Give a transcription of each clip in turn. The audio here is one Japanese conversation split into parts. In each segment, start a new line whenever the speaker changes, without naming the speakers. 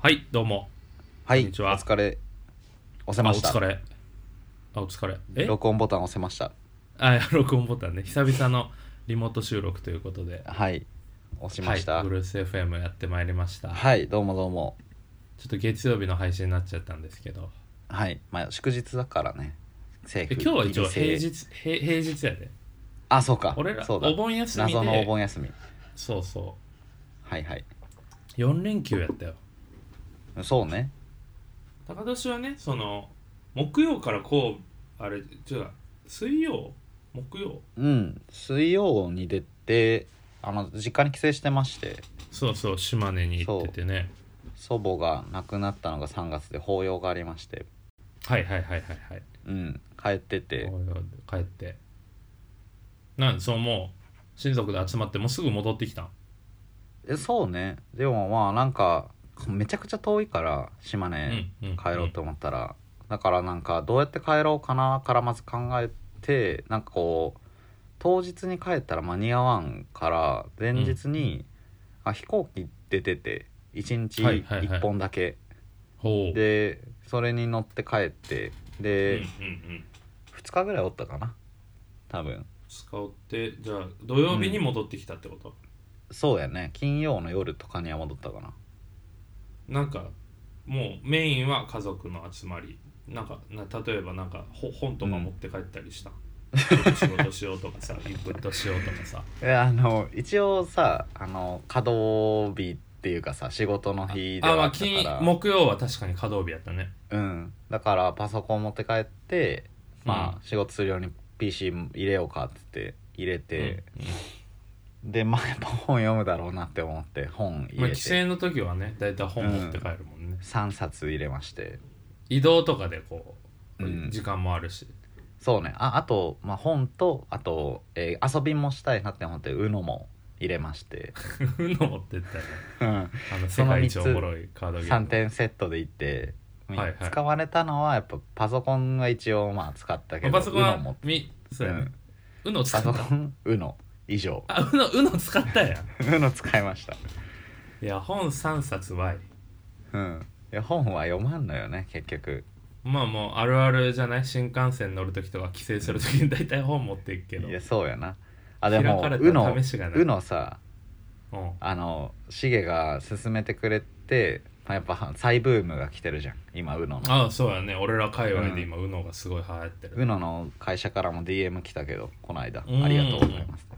はい、どうも。
はい、
こんにちは
お疲れ。押せ
あ、お
ました。
疲れ。あ、お疲れ。え
録音ボタン押せました。
あ、録音ボタンね。久々のリモート収録ということで、
はい、押しました。
はい、
は
ブ
い、
ルース FM やってまいりました。
どうもどうも。
ちょっと月曜日の配信になっちゃったんですけど、
はい、まあ祝日だからね。
え
政府
今日は一応
義
平
理制
日、平平日やで。
あ、そうか。
俺ら
そうだ
お盆休みで
謎のお盆休み。
そうそ
はいはい。
う。4連休やったよ。
そうね。
高田氏はね、その、木曜からこう、あれ、違う、水曜木曜
うん、水曜に出て、あの実家に帰省してまして、
そうそう、島根に行っててね。
祖母が亡くなったのが3月で法要がありまして、
はいはいはいはいはい。
うん、帰ってて、
帰ってなんでそうもう親族で集まってもうすぐ戻ってきたん
えそうねでもまあなんかめちゃくちゃ遠いから島根
うんうん
帰ろうと思ったら、だからなんかどうやって帰ろうかなからまず考えてなんかこう当日に帰ったら間に合わんから前日に、あ飛行機出てて1日
はいはいはい
1本だけ、
ほう
でそれに乗って帰って
うんう
で、
ん
2日ぐらいおったかな多分
使おってじゃあ土曜日に戻ってきたってこと、
そうやね金曜の夜とかには戻ったかな
なんかもうメインは家族の集まりなんかな例えばなんかほ本とか持って帰ったりしたん、仕事しようとか さインプットしようとかさ
えあの一応さあの稼働日っていうかさ仕事の日で
あ
は
ま
あ
あ
った
金
から
木曜は確かに稼働日やったね
うんだからパソコン持って帰ってまあ、
うん
仕事するように PC 入れようかって言って入れて、
うん
でまあやっぱ本読むだろうなって思って本
ま
入
あ、
れ
帰
て
省の時はね大体本持って帰るもんね、
3冊入れまして
移動とかでこう、
うん
時間もあるし
そうねああと、まあ、本とあと、えー遊びもしたいなって思って UNO も入れまして、
うの持ってったよね
うん、
あの世
その
界
三
一
つ
おもろいカードゲー
3
ム
点セットで行って、
はいはい
使われたのはやっぱパソコンは一応まあ使ったけ
あ
ど
パソコンは
UNO も
みそうや
う
ね
ん
うの、使
パ
っ
ソ
た
コン UNO 以上
あうのうの使ったや
UNO 使いました
んいや本3冊はい
うんいや本は読まんのよね結局
まあもうあるあるじゃない新幹線乗る時とか帰省する時に大体本持っていくけど
いや
う
そうやなあでも
開かれた
UNO
試しがない
UNO さ
ん
あのシゲが勧めてくれてまあやっぱ再ブームが来てるじゃん今 UNO の
ああそうやね俺ら界隈で今うのがすごい流行ってる、
UNO の会社からも DM 来たけどこの間
うん
ありがとうございます、ん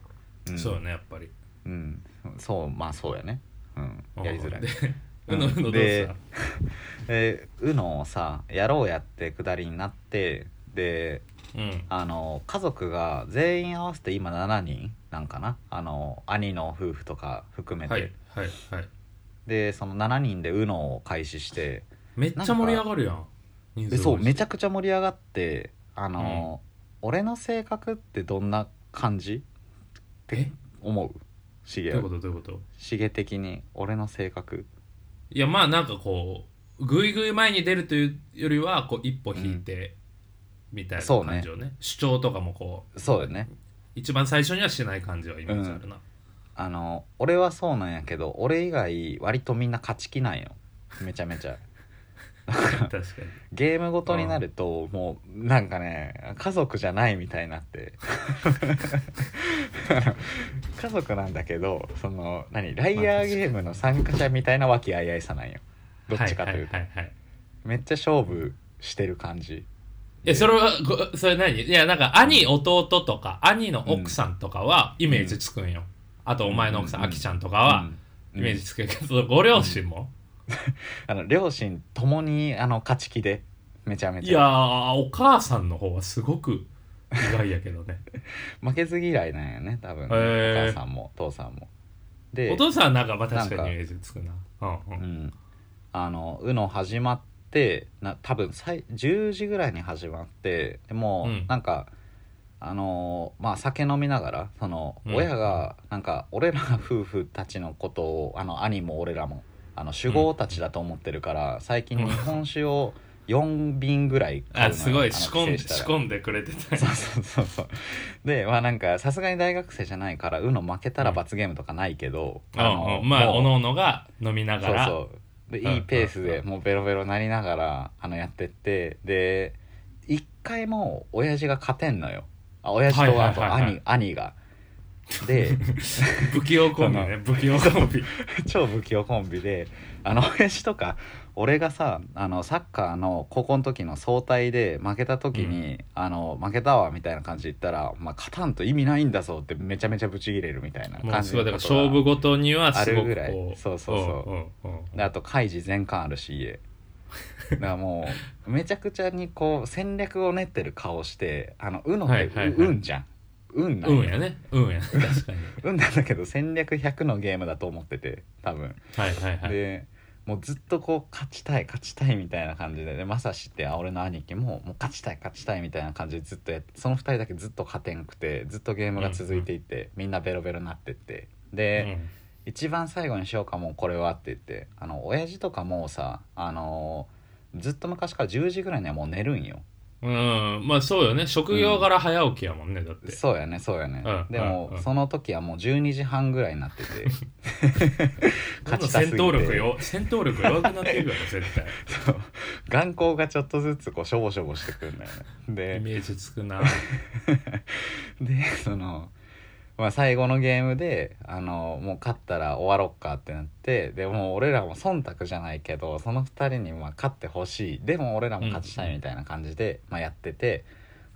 そうやねやっぱり
うん、そうまあそうやね、うん、や りづらい
で
う
うんのうのどうし
で
た
えー、うのをさやろうやってくだりになってで
うん
あの家族が全員合わせて今7人なんかなあの兄の夫婦とか含めて、
はいはいはい
でその7人でうのを開始して
めっちゃ盛り上がるやん人
え
数
そう
多いし
めちゃくちゃ盛り上がってあの、俺の性格ってどんな感じ
え
思うしげ
どういうことどういうこと
しげ的に俺の性格
いやまあなんかこうぐいぐい前に出るというよりはこう一歩引いて、みたいな
そうね
感じをね主張とかもこう
そうよね
一番最初にはしない感じはイメージある な、
あの俺はそうなんやけど俺以外割とみんな勝ち気なんよめちゃめちゃ
確かに
ゲームごとになるともうなんかね家族じゃないみたいになって 家族なんだけどその何ライアーゲームの参加者みたいな和気あいあいさなんよどっちかというと、
はいはいはいはい
めっちゃ勝負してる感じ
いやそれはごそれ何いやなんか兄弟とか兄の奥さんとかはイメージつくんよ、あとお前の奥さん、
うん
あきちゃんとかは
うん
イメージつくけど、ご両親も、
あの両親ともにあの勝ち気でめちゃめ
い
ち
やー
ゃ
お母さんの方はすごく意外やけどね
負けず嫌いなんやね多分ね、
へー
お母さんも父さんもで
お父さんはなんかまあ確か
なん
に
か
イメージつくなうんうん
うん、あの「うの始まってな多分さい10時ぐらいに始まってでも
うん
うなんか、あのーまあ酒飲みながらその
うん
親がなんか俺ら夫婦たちのことをあの兄も俺らもあの酒豪たちだと思ってるから、最近
うん
日本酒を4瓶ぐらい買う
あ
のよ
すご
あ
い
の
仕込ん
帰
で
省したら
仕込んでくれてた
そうそうそうそうでまあなんかさすがに大学生じゃないから「うの負けたら罰ゲームとかないけど、
うんうんまあ
もう
おのおのが飲みながら
そうそうで
うん
いいペースで
う
もうベロベロなりながらあのやってってで一回もう親父が勝てんのよあ親父とあと兄,、
はいはいはいはい
兄が で
不器用コンビね不器用コンビ
超不器用コンビであの親父とか俺がさあのサッカーの高校の時の総体で負けた時に、あの負けたわみたいな感じで言ったら「お前勝たんと意味ないんだぞ」ってめちゃめちゃブチギレるみたいな
も
感
う
じ
すごいだから
ことが
勝負ごとにはすご
あるぐ
く
ら
こ
いうそうそうそう
うんうんうん
であと開示全巻あるし 家だからもうめちゃくちゃにこう戦略を練ってる顔してあの「うの」って「
はいはいはいう
運じゃん「運」なん
うん
よ
やねうん やね確かに
運なんだけど戦略100のゲームだと思ってて多分
はいはいはい
でもうずっとこう勝ちたい勝ちたいみたいな感じででまさしってあ俺の兄貴ももう勝ちたい勝ちたいみたいな感じでずっとやってその2人だけずっと勝てんくてずっとゲームが続いていって、みんなベロベロになってってで、
うん
一番最後にしようかもうこれはって言ってあの親父とかもうさあのーずっと昔から10時ぐらいにはもう寝るんよ
うん、まあそうよね職業柄早起きやもんねだって
そうやねそうやね、
うん
でも、
うんうん
その時はもう12時半ぐらいにな ってて
どんどん
勝ちたす
戦
ぎて
闘力よ戦闘力弱くなっていくよね絶対
そう眼光がちょっとずつこうしょぼしょぼしてくるんだよ
イ
ね
メージつくな
ででそのまあ最後のゲームであのもう勝ったら終わろっかってなってでもう俺らも忖度じゃないけどその2人にまあ勝ってほしいでも俺らも勝ちたいみたいな感じで、まあ、やってて、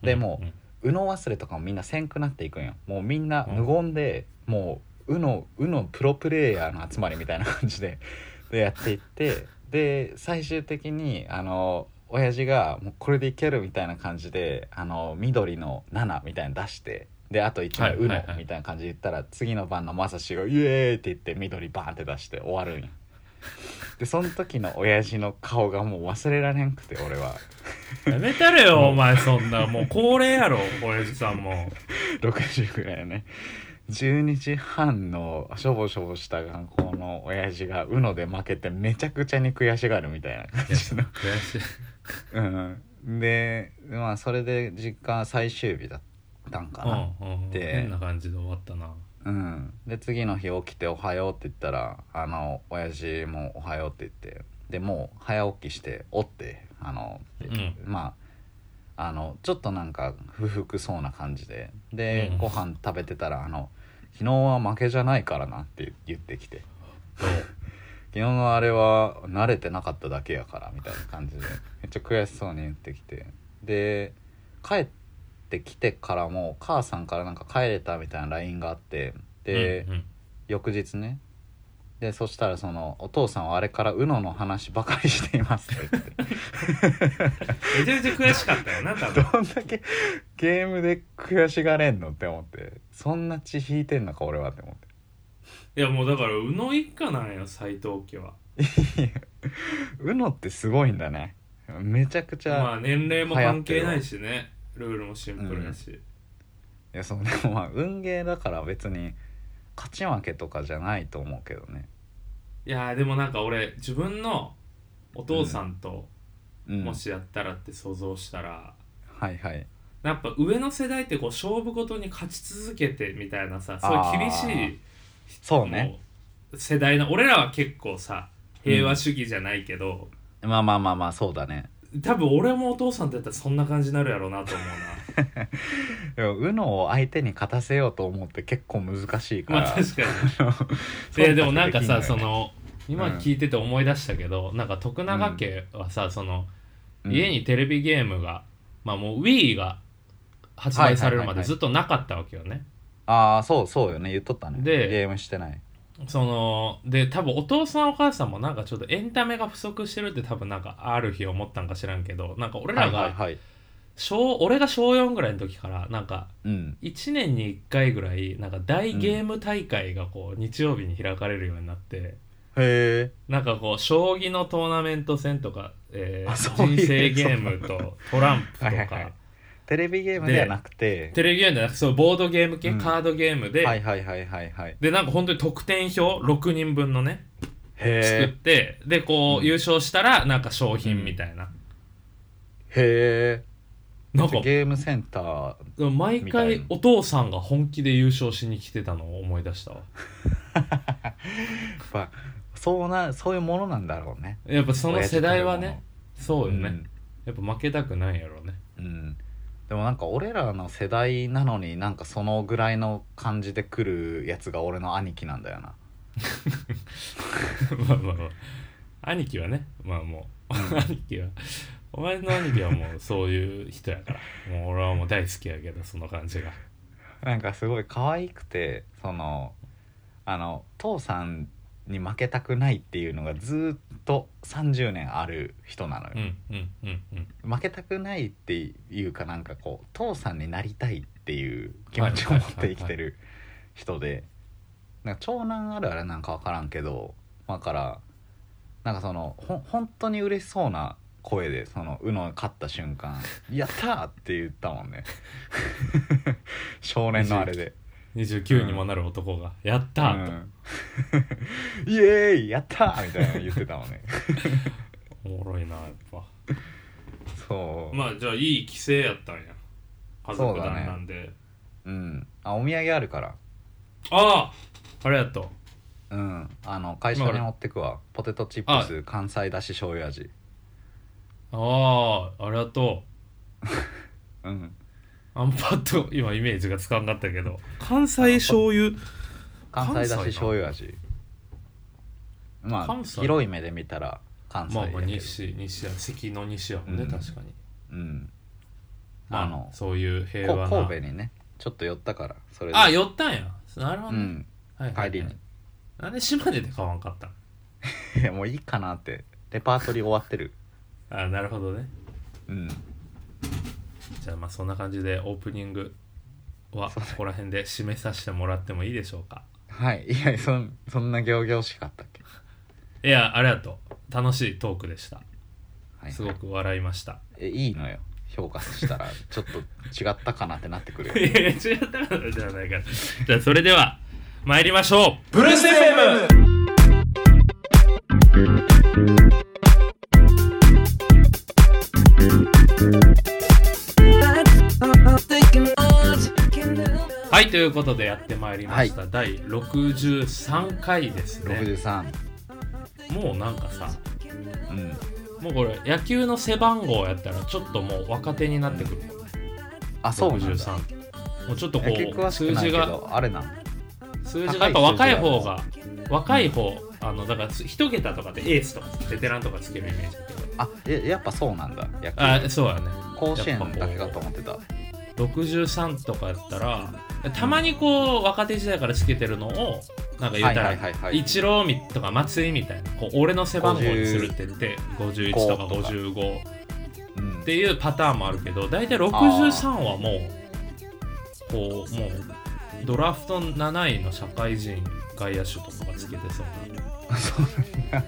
でも
うん
右脳忘れとかもみんなせんくなっていくんよもうみんな無言で、もう右脳右脳プロプレイヤーの集まりみたいな感じで でやっていってで最終的にあの親父がもうこれでいけるみたいな感じであの緑の7みたいなの出してであと1
はい
枚
は
右
いは
脳
い
みたいな感じで言ったら、次の晩のまさしが「イエーイ!」って言って緑バーンって出して終わるんよでその時の親父の顔がもう忘れられんくて俺は
うんやめたれよ
もう
お前そんなもう高齢やろ親父さんも
60ぐらいやね12時半のしょぼしょぼした学校の親父が UNO で負けてめちゃくちゃに悔しがるみたいな感じの、
悔しい
うん、でまあそれで実家最終日だったんか
う
な、
んうん
で
変な感じで終わったな
うんで次の日起きて「おはよう」って言ったらあの親父も「おはよう」って言ってでもう早起きして「お」ってあの、
うん
まああのちょっとなんか不服そうな感じでで、
うん
ご飯食べてたらあの「昨日は負けじゃないからな」って言って きて
どう
「昨日のあれは慣れてなかっただけやから」みたいな感じでめっちゃ悔しそうに言ってきてで帰ってきてからも母さんからなんか帰れたみたいな LINE があってで、
うんうん
翌日ねでそしたらその「お父さんはあれから UNO の話ばかりして います」って言って
めちゃめちゃ悔しかったよ な多
ど
分
んだけゲームで悔しがれんのって思ってそんな血引いてんのか俺はって思って
いやもうだから宇野一家なんよ斎藤家は
UNO ってすごいんだねめちゃくちゃ、
まあ年齢も関係ないしねルールもシンプルやし
いやそうでもまあ運ゲーだから別に勝ち負けとかじゃないと思うけどね、
いやーでもなんか俺自分のお父さんと
うん、
もしやったらって想像したら、
はいはい
やっぱ上の世代ってこう勝負ごとに勝ち続けてみたいなさそう
あ
いう厳し
ー
い
そうね
もう世代の俺らは結構さ平和主義じゃないけど、
まあまあまあまあそうだね
多分俺もお父さんとやったらそんな感じになるやろうなと思うな
でも UNO を相手に勝たせようと思って結構難しいから、
まあ確かに
そう
ででもなんかさ
でき
そ
んだよね
の今聞いてて思い出したけど、なんか徳永家はさその、
うん
家にテレビゲームが、まあもう Wii が発売されるま
はい
で
はいはいはい
ずっとなかったわけよね。
ああそうそうよね言っとったね
で
ゲームしてない
そので多分お父さんお母さんもなんかちょっとエンタメが不足してるって多分なんかある日思ったんか知らんけどなんか俺ら
はい
が
はいはい
小、俺が小4ぐらいの時からなんか
うん
1年に1回ぐらいなんか大ゲーム大会がこう日曜日に開かれるようになって。
へえ
なんかこう将棋のトーナメント戦とか、えー
あそういう
人生ゲームとトランプとか
はいはいはいテレビゲームではなくて
テレビゲームじゃなくてそうボードゲーム系、
うん
カードゲームで、
はいはいはいはいはい
でなんか本当に得点表6人分のね作っ
へ
てでこう、
うん
優勝したらなんか賞品みたいな、
えへえ
なんか
ゲームセンター
毎
みたい
回
な
お父さんが本気で優勝しに来てたのを思い出したわ
まあそうなそういうものなんだろうね
やっぱその
親父
世
とい
代
うもの
はねそうよね、
ん
やっぱ負けたくないやろね
うん、でもなんか俺らの世代なのになんかそのぐらいの感じで来るやつが俺の兄貴なんだよな、
まあまあまあ兄貴はねまあもう、兄貴はお前の兄貴はもうそういう人やからもう俺はもう大好きやけどその感じが
なんかすごい可愛くてそのあの父さんに負けたくないっていうのがずっと30年ある人なの
う
よ、
んうんうんうん
負けたくないっていうかなんかこう父さんになりたいっていう気持ちを持って生きてる人でなんか長男あるあるなんか分からんけどだからなんかそのほん本当に嬉しそうな声でその「うの」勝った瞬間「やったー!」って言ったもん ね少年のあれで
29にもなる男が「やっ
「う
た!」と、
ん、 イエーイやったー!」みたいなの言ってたも んね
おもろいなやっぱ
そう
まあじゃあいい規制やったんや家族団なんで、
うんあお土産あるから
あああれやと
うん、あの会社に持ってくわポテトチップス関西だし醤油味
あああれやと
うん
あんぱっと今イメージがつかんかったけど関西醤油
関西だし
関西
醤油味まあ
関西
広い目で見たら関西
まあ
だ
まあ
けど
西西や関の西やもんね、
うん
確かに
うん
まあ、
あの
そういう平
こ
和な
神戸にねちょっと寄ったからそれで
あ寄ったんやなるほ
う
ど、ね
ん
はいはいは
帰
い
りに
なんで島根で買わんかったん
い やもういいかなってレパートリー終わってる
あなるほどね
うん
じゃあまあそんな感じでオープニングはここら辺で締めさせてもらってもいいでしょうか
はいいやそんそんな仰々しかったっけ、
いやありがとう楽しいトークでした
はい、
すごく笑いました
えいいのよ評価したらちょっと違ったかなってなってくるよ
いやいや違ったからじゃないからじゃあそれでは参りましょう
ブルース FM!
は
はい
いということでやってまいりました、第63回ですね
63
もうなんかさ
うん
もうこれ野球の背番号やったらちょっともう若手になってくるもんね
あそうなんだ
63もうちょっとこ
野球詳
う
しく
数
ない
字
け
が
どあれなん
数字
高
が
い
やっぱ若い方が若い方あのだから一桁とかでエースとかベテランとかつけるイメージだけど
あえやっぱそうなんだ野球
あそうやね
甲子園だけかと思ってた
63とかやったらたまにこう若手時代からつけてるのをなんか言った
はいはいはい
ら
はい
イチローみとか松井みたいなこう俺の背番号にするって言って51とか
55
55
うん
っていうパターンもあるけど大体63はもうこうもうドラフト7位の社会人外野手とかがつけてそうな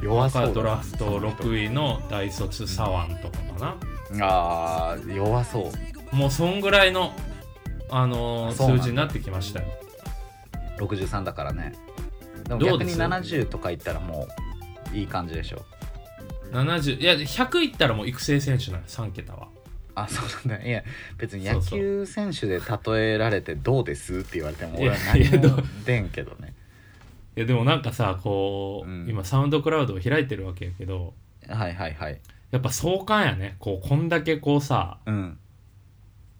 弱
だ
そ
から
う
ド
だ
ラ
な
フト6位の大卒左腕とかかな、
あー弱そう
もうそんぐらいの、あのー
そうなんだ
数字になってきましたよ
63だからねでも
どう
逆
で
に
す
70とかいったらもういい感じでしょ
70いや100いったらもう育成選手なの3桁は
あそうなんだいや別に
そ
野
うそう
球選手で例えられてどうですって言われても
いや
俺は何
いやど
も
う
出んけどね
いやでもなんかさこう、
うん
今サウンドクラウドを開いてるわけやけど
はいはいはい
やっぱ相関やねこうこんだけこうさ
うん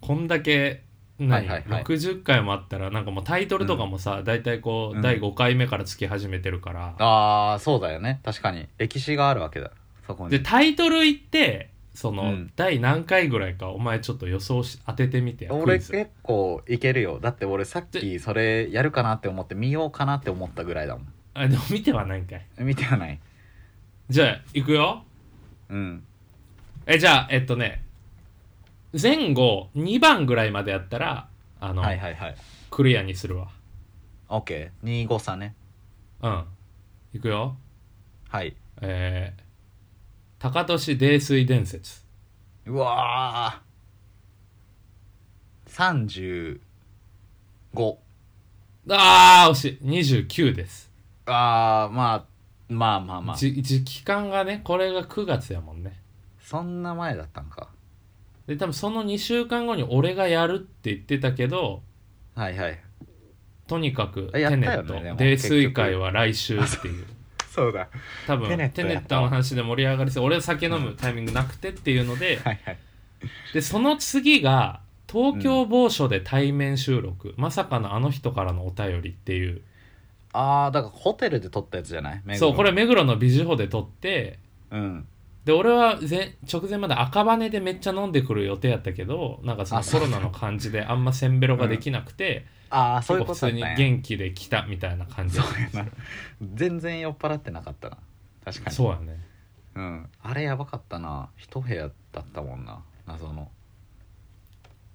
こんだけ何、
はいはいはい
60回もあったらなんかもうタイトルとかもさ、大体こう、
うん
第5回目からつき始めてるから
ああそうだよね確かに歴史があるわけだそこ
で
に
タイトル言ってその、
うん
第何回ぐらいかお前ちょっと予想し当ててみてやクイ
俺
ズ
結構いけるよだって俺さっきそれやるかなって思って見ようかなって思ったぐらいだもん
あでも見てはないんかい
見てはない
じゃあ行くよ
うん
えじゃあえっとね前後2番ぐらいまでやったらあの、
はいはいはい
クリアにするわ
OK25 差ね
うん行くよ
はい
えー、高利泥酔伝説
うわー35
あー惜しい29です
あーまあまあまあまあ
じじ期間がねこれが9月やもんね
そんな前だったんか
で多分その2週間後に俺がやるって言ってたけど
はいはい
とにかく
あ
テ
やった
ネ
よね
ット
でも
泥酔会は来週っていう
そうだ
多分
テ
テ
ネ
ネ
ットやった
ットの話で盛り上がりそう俺酒飲むタイミングなくてっていうの で、
はいはい
でその次が東京某所で対面収録、まさかのあの人からのお便りっていう
ああだからホテルで撮ったやつじゃない
そうこれ目黒の美女保で撮って
うん
で俺は前直前まで赤羽でめっちゃ飲んでくる予定やったけどなんかその
あ
コ
そう
ロナの感じであんませんべろができなくて、
ああそうい
結構
う
普
こと
通
やっ
に
たんや
元気で来たみたいな感じだったんですよ
そう全然酔っ払ってなかったな確かに
そうやね
うん、あれやばかったな一部屋だったもんな謎の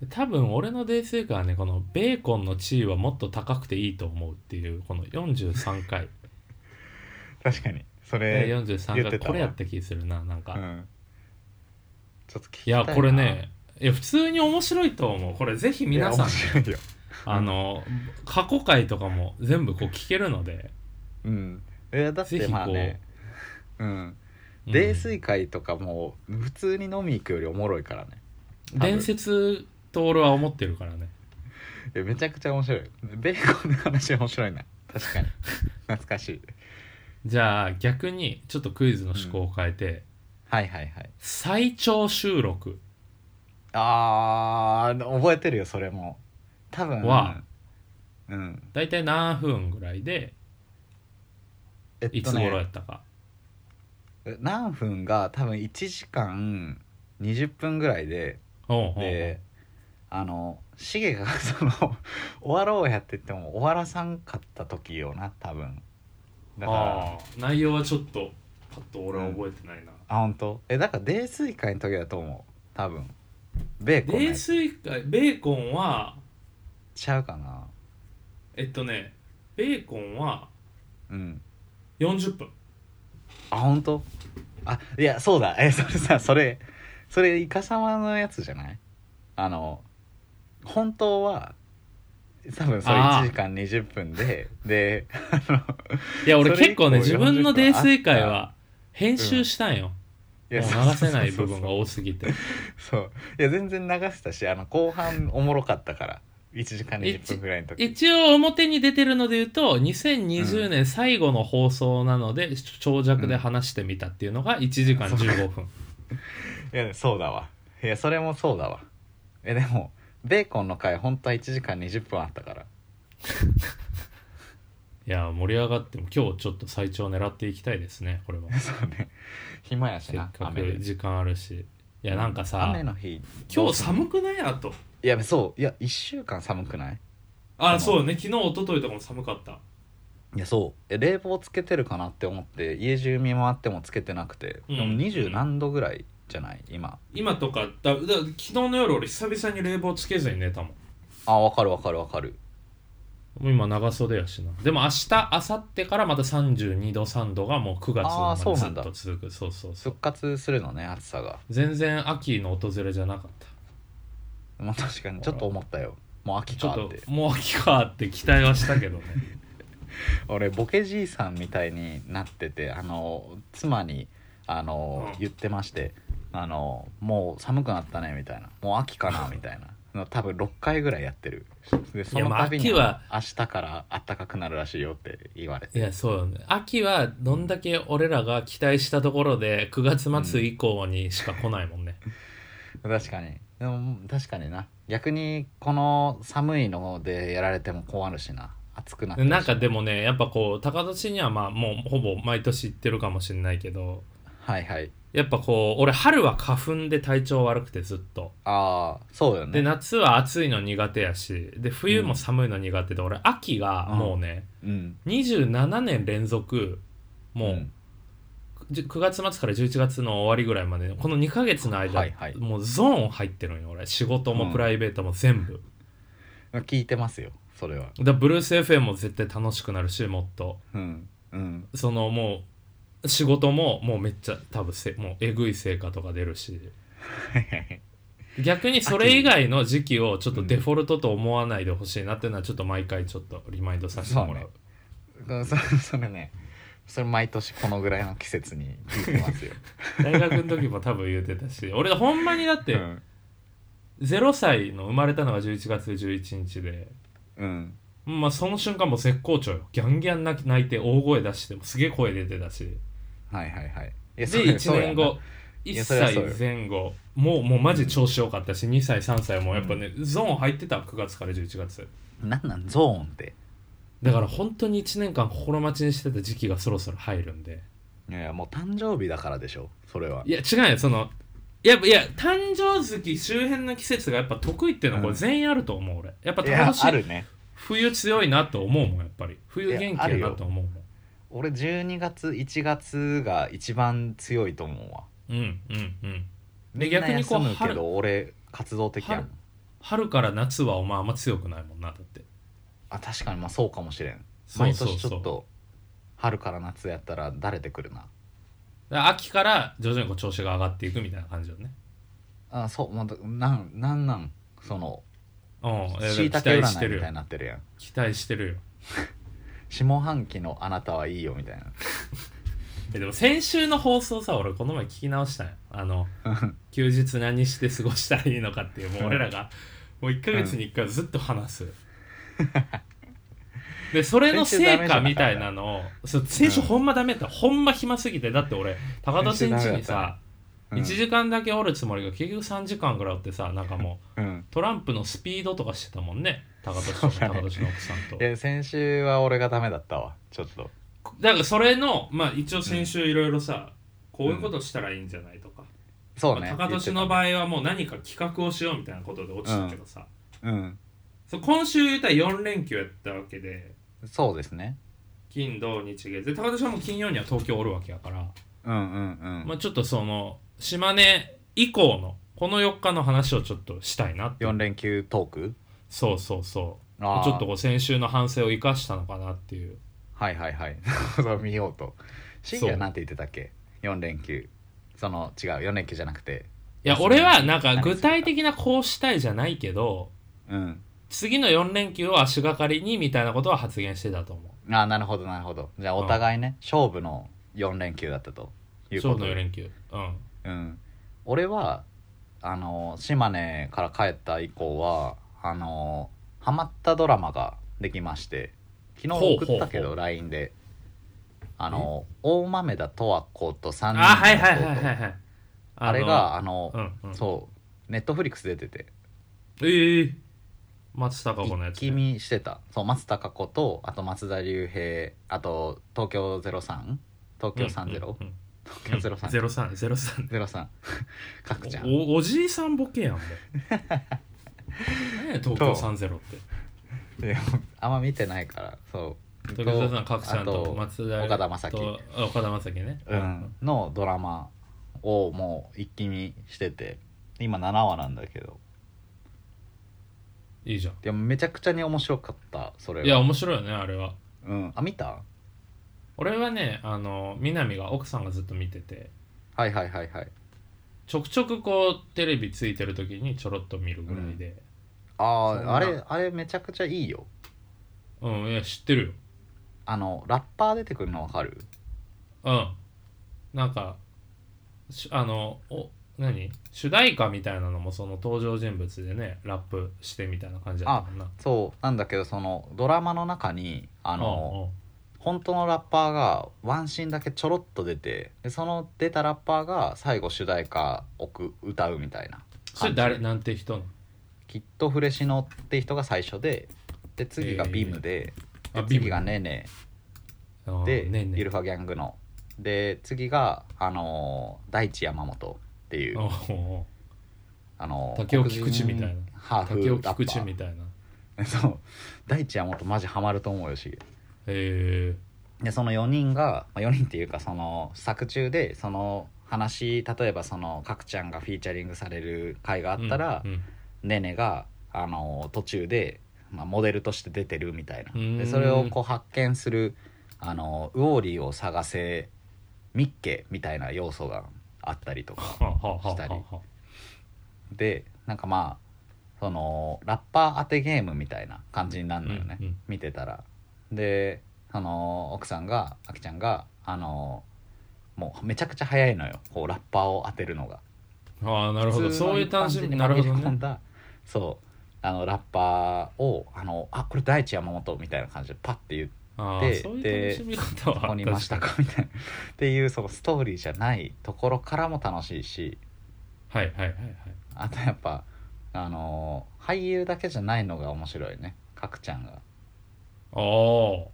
で多分俺の泥酔感はねこのベーコンの地位はもっと高くていいと思うっていうこの43回
確かにそ
え
れ、
43
言って
回
たわ
これやった気するななんか、
う
い
ん、ちょっと聞きたい
や
ない
これねいや普通に面白いと思うこれぜひ皆さん
いや面白いよ
あの過去回とかも全部こう聞けるので、
うんえだっ
ぜ
て
ひ
まあねうん泥酔会とかもう普通に飲み行くよりおもろいからね
うん伝説と俺は思ってるからね
いやめちゃくちゃ面白いベーコンの話面白いな確かに懐かしい
じゃあ逆にちょっとクイズの趣向を変えて、
はいはいはい
最長収録
あー覚えてるよそれも多分
は
うん
大体何分ぐらいで
えっ
いつ頃やったか、
何分が多分1時間20分ぐらいで
おうおうおう
であのシゲがその 終わろうやってても終わらさんかった時よな多分だから
あー内容はちょっとパッと俺は覚えてないな、
あ本当えだから泥酔会の時だと思う多分ベーコンの
泥
やつ
酔会ベーコンは
ちゃうかな
えっとねベーコンは
うん
40分
あ本当あいやそうだえそれさそれそれイカ様のやつじゃないあの本当は多分それ
あー
1時間20分でであの
いや俺
それ
結
以降
構ね自分の泥酔会
40分
は編集したんよ、
い
も
そう
う流せない部分が
そう
多すぎて
そういや全然流せたしあの後半おもろかったから1時間20分ぐらいの時
一応表に出てるので言うと2020年最後の放送なので、長尺で話してみたっていうのが1時間15分、
いやそうだわいやそれもそうだわえでもベーコンの回本当は1時間20分あったから
いや盛り上がっても今日ちょっと最長狙っていきたいですねこれは
そうね暇やし
せっ
な
か
雨
く
で
時間あるしいやなんかさ
雨の日
今
どう
日
すん
寒くないあと
いやそういや1週間寒くない
あ
あ
そうね昨日一昨日とかも寒かった
いやそうえ冷房つけてるかなって思って家中見回ってもつけてなくて、
うん
でも20何度ぐらいじゃない今
今とかだだ昨日の夜俺久々に冷房つけずに寝たもん
あわかるわかるわかる
もう今長袖やしなでも明日明後日からまた32度3度がもう9月
あ
ま
ー
で
そう
ず
な
っ
んだ
と続くそうそうそう
復活するのね暑さが
全然秋の訪れじゃなかった
まあ確かにちょっと思ったよもう秋
ちょ
か
っ
っ
と
て
もう秋かって期待はしたけどね
俺ボケじいさんみたいになっててあの妻にあの
うん
言ってましてあのもう寒くなったねみたいなもう秋かなみたいなの多分6回ぐらいやってるでその
まあ
度に
秋は
明日から暖かくなるらしいよって言われ て
いやそうよね秋はどんだけ俺らが期待したところで9月末以降にしか来ないもんね、
確かにでも確かにな逆にこの寒いのでやられても困るしな暑くなってるし
なんかでもねやっぱこう高年にはまあもうほぼ毎年行ってるかもしれないけど
はいはい
やっぱこう俺春は花粉で体調悪くてずっと
ああそうよ
で
ね
夏は暑いの苦手やしで冬も寒いの苦手で、俺秋がもうね、
うん
27年連続もう、
うん
じ9月末から11月の終わりぐらいまでこの2ヶ月の間、
はいはい
もうゾーン入ってるんよ俺仕事
う
も
ん
プライベートも全部、
聞いてますよそれは
だからブルース FM も絶対楽しくなるしもっと
うんうん
そのもう仕事ももうめっちゃ多分せもうえぐい成果とか出るし
はいはい
逆にそれ以外の時期をちょっとデフォルトと思わないでほしいなっていうのはちょっと毎回ちょっとリマインドさせてもらう
そはいそそれねそれ毎年このぐらいの季節に聞いて ますよ
大学の時も多分言ってたし俺ほんまにだって
うん、
0歳の生まれたのが11月11日で
うん、
まあその瞬間もう絶好調よギャンギャン泣き泣いて大声出してもすげえ声出てたし
はいはいはいい
で
やそれ
1年後
い
1
やそりゃ
歳
そうよ
前後もうもうマジ調子良かったし、2歳3歳もやっぱね、ゾーン入ってた9月から11月
そうやななんなんゾーンって
だから本当に1年間心待ちにしてた時期がそろそろ入るんで
いやいやもう誕生日だからでしょそれはい
や違うよそのいやいや誕生月周辺の季節がやっぱ得意っていうのはこれ
うん
全員あると思う俺やっぱ
いや
楽し
あ
い
るね
冬強いなと思うもんやっぱり冬
いや
元
あ
気
る
やな
よ
と思うもん
俺12月1月が一番強いと思うわ
うんうんうんで
みんな
逆にこう
休むけ
春
ど俺活動的やもん
春春から夏はお前あんま強くないもんなだって
あ確かにまあそうかもしれん
そう
毎
そう
年ち
そう
ょっと春から夏やったらだれてくるな
だから秋から徐々にこう調子が上がっていくみたいな感じよね
あそうまだなんなんなんその
うん
し
い
い
や
た
期
け
待して
占
る
いみ
よ
たいになってるやん
期待してるよ
下半期のあなたはいいよみたいな
えでも先週の放送さ俺この前聞き直したんよあの 休日何して過ごしたらいいのかっていうもう俺らがもう1ヶ月に1回ずっと話す、でそれの成果みたいなのをそう先週
うん
ほんまダメだった、ほんま暇すぎてだって俺高田先生に
先週ダメだ
さ、
うん
1時間だけおるつもりが結局3時間ぐらいおってさなんかもう
うん
トランプのスピードとかしてたもんね高田氏
そうだ
の
ね
高田氏の奥さんと
いや先週は俺がダメだったわちょっと
だからそれのまあ一応先週いろいろさ、こういうことしたらいいんじゃないとか、
そうね
高年の
合
場合はもう何か企画をしようみたいなことで落ちたけどさ、
うん
そう今週言ったら4連休やったわけで
そうですね
金土日月で高年はもう金曜には東京おるわけやから、
うんうんう
まあ、
ん
ちょっとその島根以降のこの4日の話をちょっとしたいなって
4連休トーク
そうそうそう
あー
ちょっとこう先週の反省を生かしたのかなっていう
はいはいはい そう見ようと深
そ
夜
う
なんて言ってたっけ4連休その違う4連休じゃなくて
いや
そう
俺はなんか具体的なこうしたいじゃないけど
うん
次の4連休を足がかりにみたいなことは発言してたと思う
ああなるほどなるほどじゃあお互いね、勝負の4連休だったという
今
こ
日
と
の4
で、
連休うん
うん、俺はあの島根から帰った以降はあのハマったドラマができまして昨
ほう
日
ほう
送ったけど
ほう
LINE であの大豆田十和子と3人
あはいはい
の
はい
弟
はいはい
あれがあの、
うん、うん、
そうネットフリックス出てて
ええ松たか子のや
一
つ、
気
ね、
見してたそう松たか子とあと松田龍平あと東京03東京30、
うんうん
東京03、
ゼロ三ゼロ三
ゼロ さん、かくちゃん。
おおじいさんボ ケやんもう何や東京三ゼロって
でもあんま見てないから、そう。
東京三かくちゃん
あ
と松田
岡田将生
とあ岡田将生ね
うん、のドラマをもう一気見してて、今7話なんだけど、
いいじゃん
でもめちゃくちゃに面白かった、それは。
いや面白いよねあれは
うん、あ、見た
俺はねあの南が奥さんがずっと見てて
はいはいはいはい。
ちょくちょくこうテレビついてる時にちょろっと見るぐらいで
あ
そん
あ、
な
あれ、あれめちゃくちゃいいよ。
うん、いや知ってるよ
あの、ラッパー出てくるのわかる
うん。なんか、しあの、お、何主題歌みたいなのもその登場人物でね、ラップしてみたいな感じだったもんな。
そう、なんだけど、そのドラマの中に、あ
あ
の、本当のラッパーがワンシーンだけちょろっと出てでその出たラッパーが最後主題歌をく歌うみたいな
それ誰、なんて人なの
きっとフレシノって人が最初でで次が
えー
ビームで,、
あ
で
ビーム
次がネーネ
あ
ー
ー
で、
ねえねえ
イルファギャングので次があのー大地山本っていう
おうおうおう
あのー
竹尾
黒
菊池
人
みたいな
ハーフ
竹尾
ラッパ
菊池
ー
みたいな。
そう大地山本マジハマると思うよしげ
へえ。
でその4人が、まあ、4人っていうかその作中でその話例えばその角ちゃんがフィーチャリングされる回があったら、
うんうん
ねねがあの途中で、まあ、モデルとして出てるみたいな
うーん
でそれをこう発見するあのウォーリーを探せミッケみたいな要素があったりとか
はあはあは
した
あ
り
はあ
でなんかまあそのラッパー当てゲームみたいな感じになるのよね、
うんうん
見てたらであの奥さんがあきちゃんがあのもうめちゃくちゃ早いのよこうラッパーを当てるのが
あーなるほど。
普通の
そういう楽し
一般人
み。
に
なるほど
紛れ込ん
ね。
だそうあのラッパーをあのあこれ大地山本みたいな感じでパッて言って
ああ
で
そういう楽しみ方は
ここにいましたかみたいなっていうそのストーリーじゃないところからも楽しいし
確かにはいはいはいはい
あとやっぱあの俳優だけじゃないのが面白いね角ちゃんが
ああど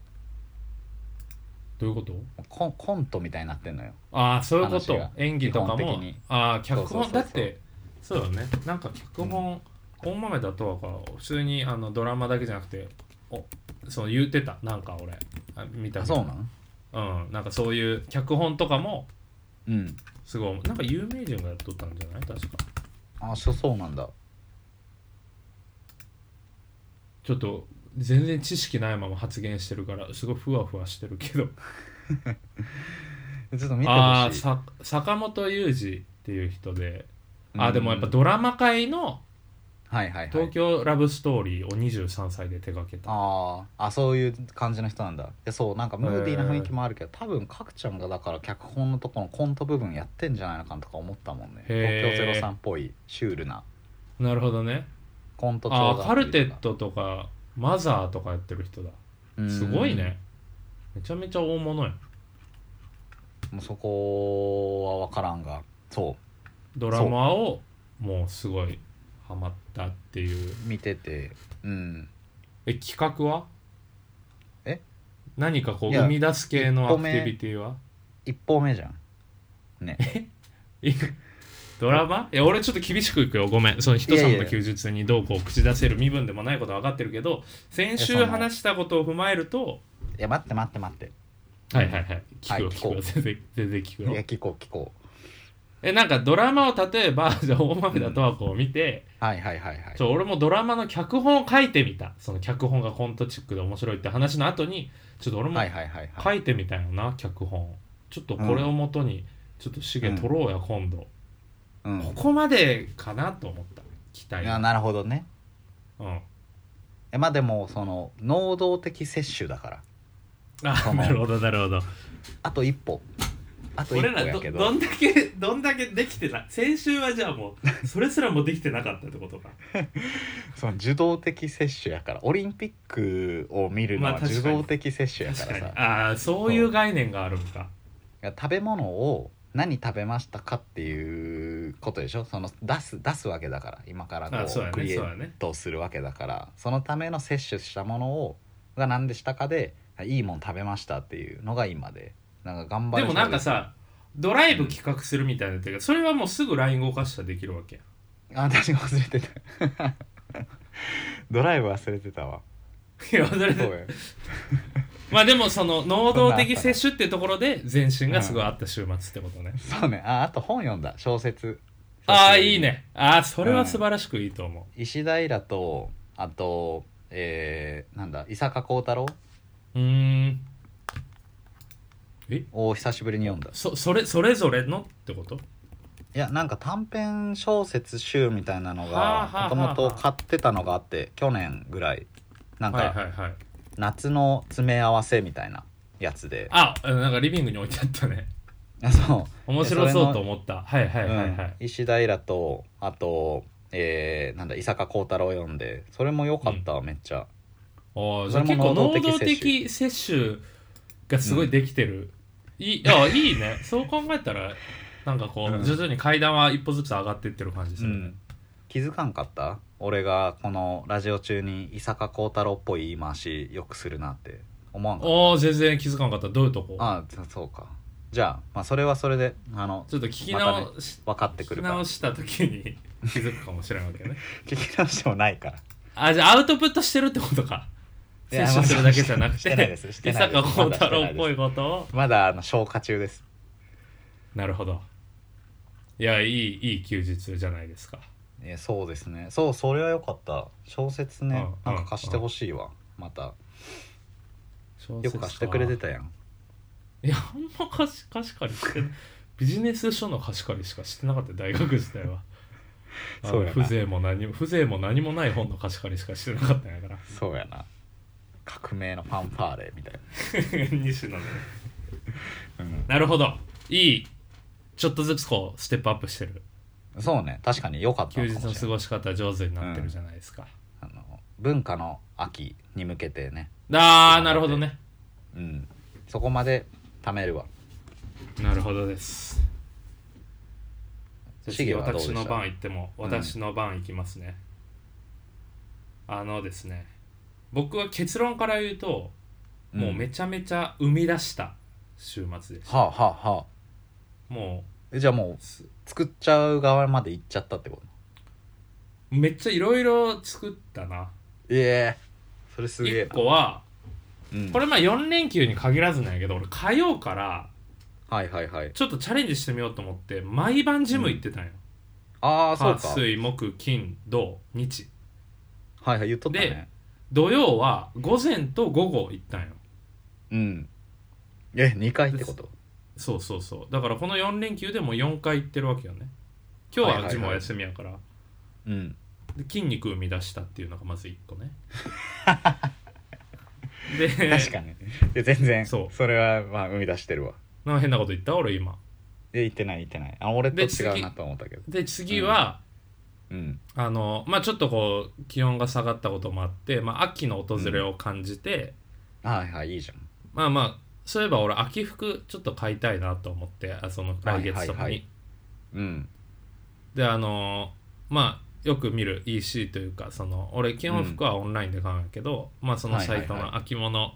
ういうこと
コンコントみたいになってんのよ
ああそういうこ
話
と
が
演技とか
基
も
本的に
ああ脚本
そうそうそうそう
だってそうだねなんか脚本、大豆だとは普通にあのドラマだけじゃなくておそう言ってたなんか俺あ見た
あ
け
そ
ど
うなん
うんなんかそういう脚本とかも
うん
すごいなんか有名人がやっとったんじゃない確か
あそうそうなんだ
ちょっと全然知識ないまま発言してるからすごいふわふわしてるけど
ちょっと見て
あ
ほ
あ
しい
さ坂本雄二っていう人で、あ
う
ー
ん
でもやっぱドラマ界の
はいはいはい
「東京ラブストーリー」を23歳で手掛けた、
あーあそういう感じの人なんだいやそうなんかムーディーな雰囲気もあるけど多分角ちゃんがだから脚本のとこのコント部分やってんじゃないのかなとか思ったもんね
へー
東京03っぽいシュールな
なるほどね
コント
あ
だ
ー
っ
カ
たり
ル
とか
テットとかマザーとかやってる人だすごいねめちゃめちゃ大物や
うんもうそこは分からんがそ
ドラマをもうすごいハマったっていう
う見ててうん
え企画は
え
何かこう
いや
生み出す系の
一
ア
歩
ク
目
ティビティは
一歩目じゃんね
いくドラマいや俺ちょっと厳しくいくよごめんその人さ
いや
ん
い
の
や
休日にどうこう口出せる身分でもないことは分かってるけど先
い
週
やその
話したことを踏まえると
いや待って待って待って
はいはいはい聞くよ、
はい
聞くよ
聞
全然全然聞く
いや
よ
聞こう聞こう
えなんかドラマを例えば じゃあ大豆田とはこう見て、
はいはいはいはい
ちょ俺もドラマの脚本を書いてみたその脚本がコントチックで面白いって話の後にちょっと俺も
はいはいはいは
書
い
いてみたよな、脚本ちょっとこれをもとに、ちょっとシゲ取ろうや、今度
うん
ここまでかなと思った期
い
待
や
は
なるほどね
うん
えまあでもその能動的摂取だから
あ
その
なるほどなるほど
あと一歩あと一
俺
歩
ら
や
ど
けど
どんだけどんだけできてない先週はじゃあもうそれすらもできてなかったってことか
その受動的摂取やからオリンピックを見るの
ま
は
あ確か
受
に
動的摂取やか
確
ら
か
さ、
にああそういう概念があるんか
いや食べ物を何食べましたかっていうことでしょその出す出すわけだから今からこ
あそう
う
や
ク
ね
リエイ
そうやね
トするわけだからそのための摂取したものをが何でしたかでいいもん食べましたっていうのが今でなんか頑張
で
る
もなんかさドライブ企画するみたいなってそれはもうすぐ LINE 動かしたらできるわけや
あ私が忘れてた ドライブ忘れてたわ
い やそれ
そう
で
や
まあでもその能動的摂取ってところで全身がすごいあった週末ってこと ね、
そうねああと本読んだ小説
ああいいねああそれは素晴らしくいいと思う、
石平とあとえー、なんだ伊坂幸太郎
うーん
を久しぶりに読んだ
そそれそれぞれのってこと
いやなんか短編小説集みたいなの
はあ
が
は
も
あ
と
はあ
もと買ってたのがあって去年ぐらいなん
はい
か
はいはい
夏の詰め合わせみたいなやつで、
あなんかリビングに置いてあったね
あ そ
面白そうと思ったはいは
う、
いはいは
うん
い、
石平とあとえー、なんだ伊坂幸太郎を読んでそれも良かったわ、めっちゃ
おーじゃあ
それ
結
も
構能
能動
動
的
的摂取がすごいできてる、いいあいいねそう考えたらなんかこ
うん
う徐々に階段は一歩ずつ上がってってる感じするね、
気づかんかった俺がこのラジオ中に伊坂幸太郎っぽい言い回しよくするなって思わんかっ
おお全然気づかんかったどういうとこ
たああそうかじゃあ,、まあそれはそれであの
ちょっと聞き
また
直し、
分かってく
聞き
るから
直した時に気づくかもしれないわけね
聞き直してもな いから
あじゃあアウトプットしてるってことか
いや
摂取するだけじゃなく
してないで
て
すして
伊
ないです
坂幸太郎っぽい
まだしてないで
ことを
すまだあの消化中です
なるほどいやいいいい休日じゃないですか
いやそうですねそうそれは良かった小説ね
うん
なんか貸してほしいわまた
小
よ
説
く
か
貸してくれてたやん
いやあんま貸し貸し借りしてないビジネス書の貸し借りしかしてなかったよ大学時代はあの
そうやな
風情も何も風情も何もない本の貸し借りしかしてなかったんや から
そうやな革命のファンファーレみたい
西野ね
な、う
なるほどいいちょっとずつこうステップアップしてる
ん、そうね確かに良かった
休
のか
日
も
の
しれない
過ごし方上手になってるじゃないですか、
う文化の秋に向けてね、
あーなるほどね
うん、そこまで貯めるわ
なるほどですじゃあ
シ
次
ゲはどうでし
私
た
の番行っても
うん
私の番行きますね、あのですね僕は結論から言うと、もうめ
ち
ちゃめちゃ生み出した週末です
ゃはあはあはあ
も
えじゃあもう
うす
作っちゃう側まで行っちゃったってこと
めっちゃいろいろ作ったな
ええそれすげえ
1
な
個は
うん
これまあ4連休に限らずなんやけど俺火曜から
はいはいはい
ちょっとチャレンジしてみようと思って毎晩ジム行ってたんよ、
ああそう
火
か
水木金土日
はいはい言っとったね
土曜は午前と午後行ったんよ
うんえ二2回ってこと
そうそうそうだからこの4連休でもう4回行ってるわけよね今
はい
日は
はいはい
ジムお休みやから、
うん
で筋肉生み出したっていうのがまず1個 ねで
確かにいや全然
そう
れはまあ生み出してるわ
なんか変なこと言った俺今
え言ってない言ってないあ俺と
で
違う
次
なと思ったけど
で次は、
うん
あのまあちょっとこう気温が下がったこともあって、まあ、秋の訪れを感じて、
はいはいいいじゃん
まあまあそういえば俺秋服ちょっと買いたいなと思ってあその来月とかに、
はいはいはいうん
であのまあよく見る EC というかその俺基本服はオンラインで買うんやけど、まあそのサイト
はいはい
の秋物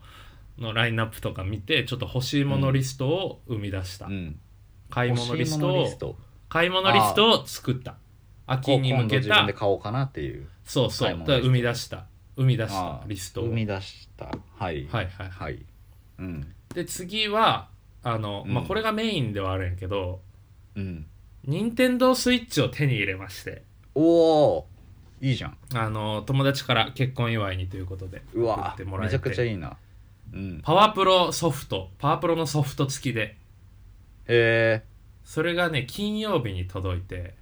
のラインナップとか見てちょっと欲しいものリストを生み出した、
うん
買い物リスト
欲しいもの
を買い物リストを作った秋に
今
向
度
け
自分
た
で買おうかなっていう
そうそう
買
だ
い物
から
リスト
生み出した生み出した
あー
リストを
生み出したはい
はいはいは
はいうん
いで次はあの、まあ
うん
これがメインではあるんやけど
うん
任天堂スイッチを手に入れまして
おおいいじゃん
あの友達から結婚祝いにということで
うわ
送ってもらえ
めち
て
ゃくちゃいいなうん
パワープロソフトパワープロのソフト付きで
へえ
それがね金曜日に届いて、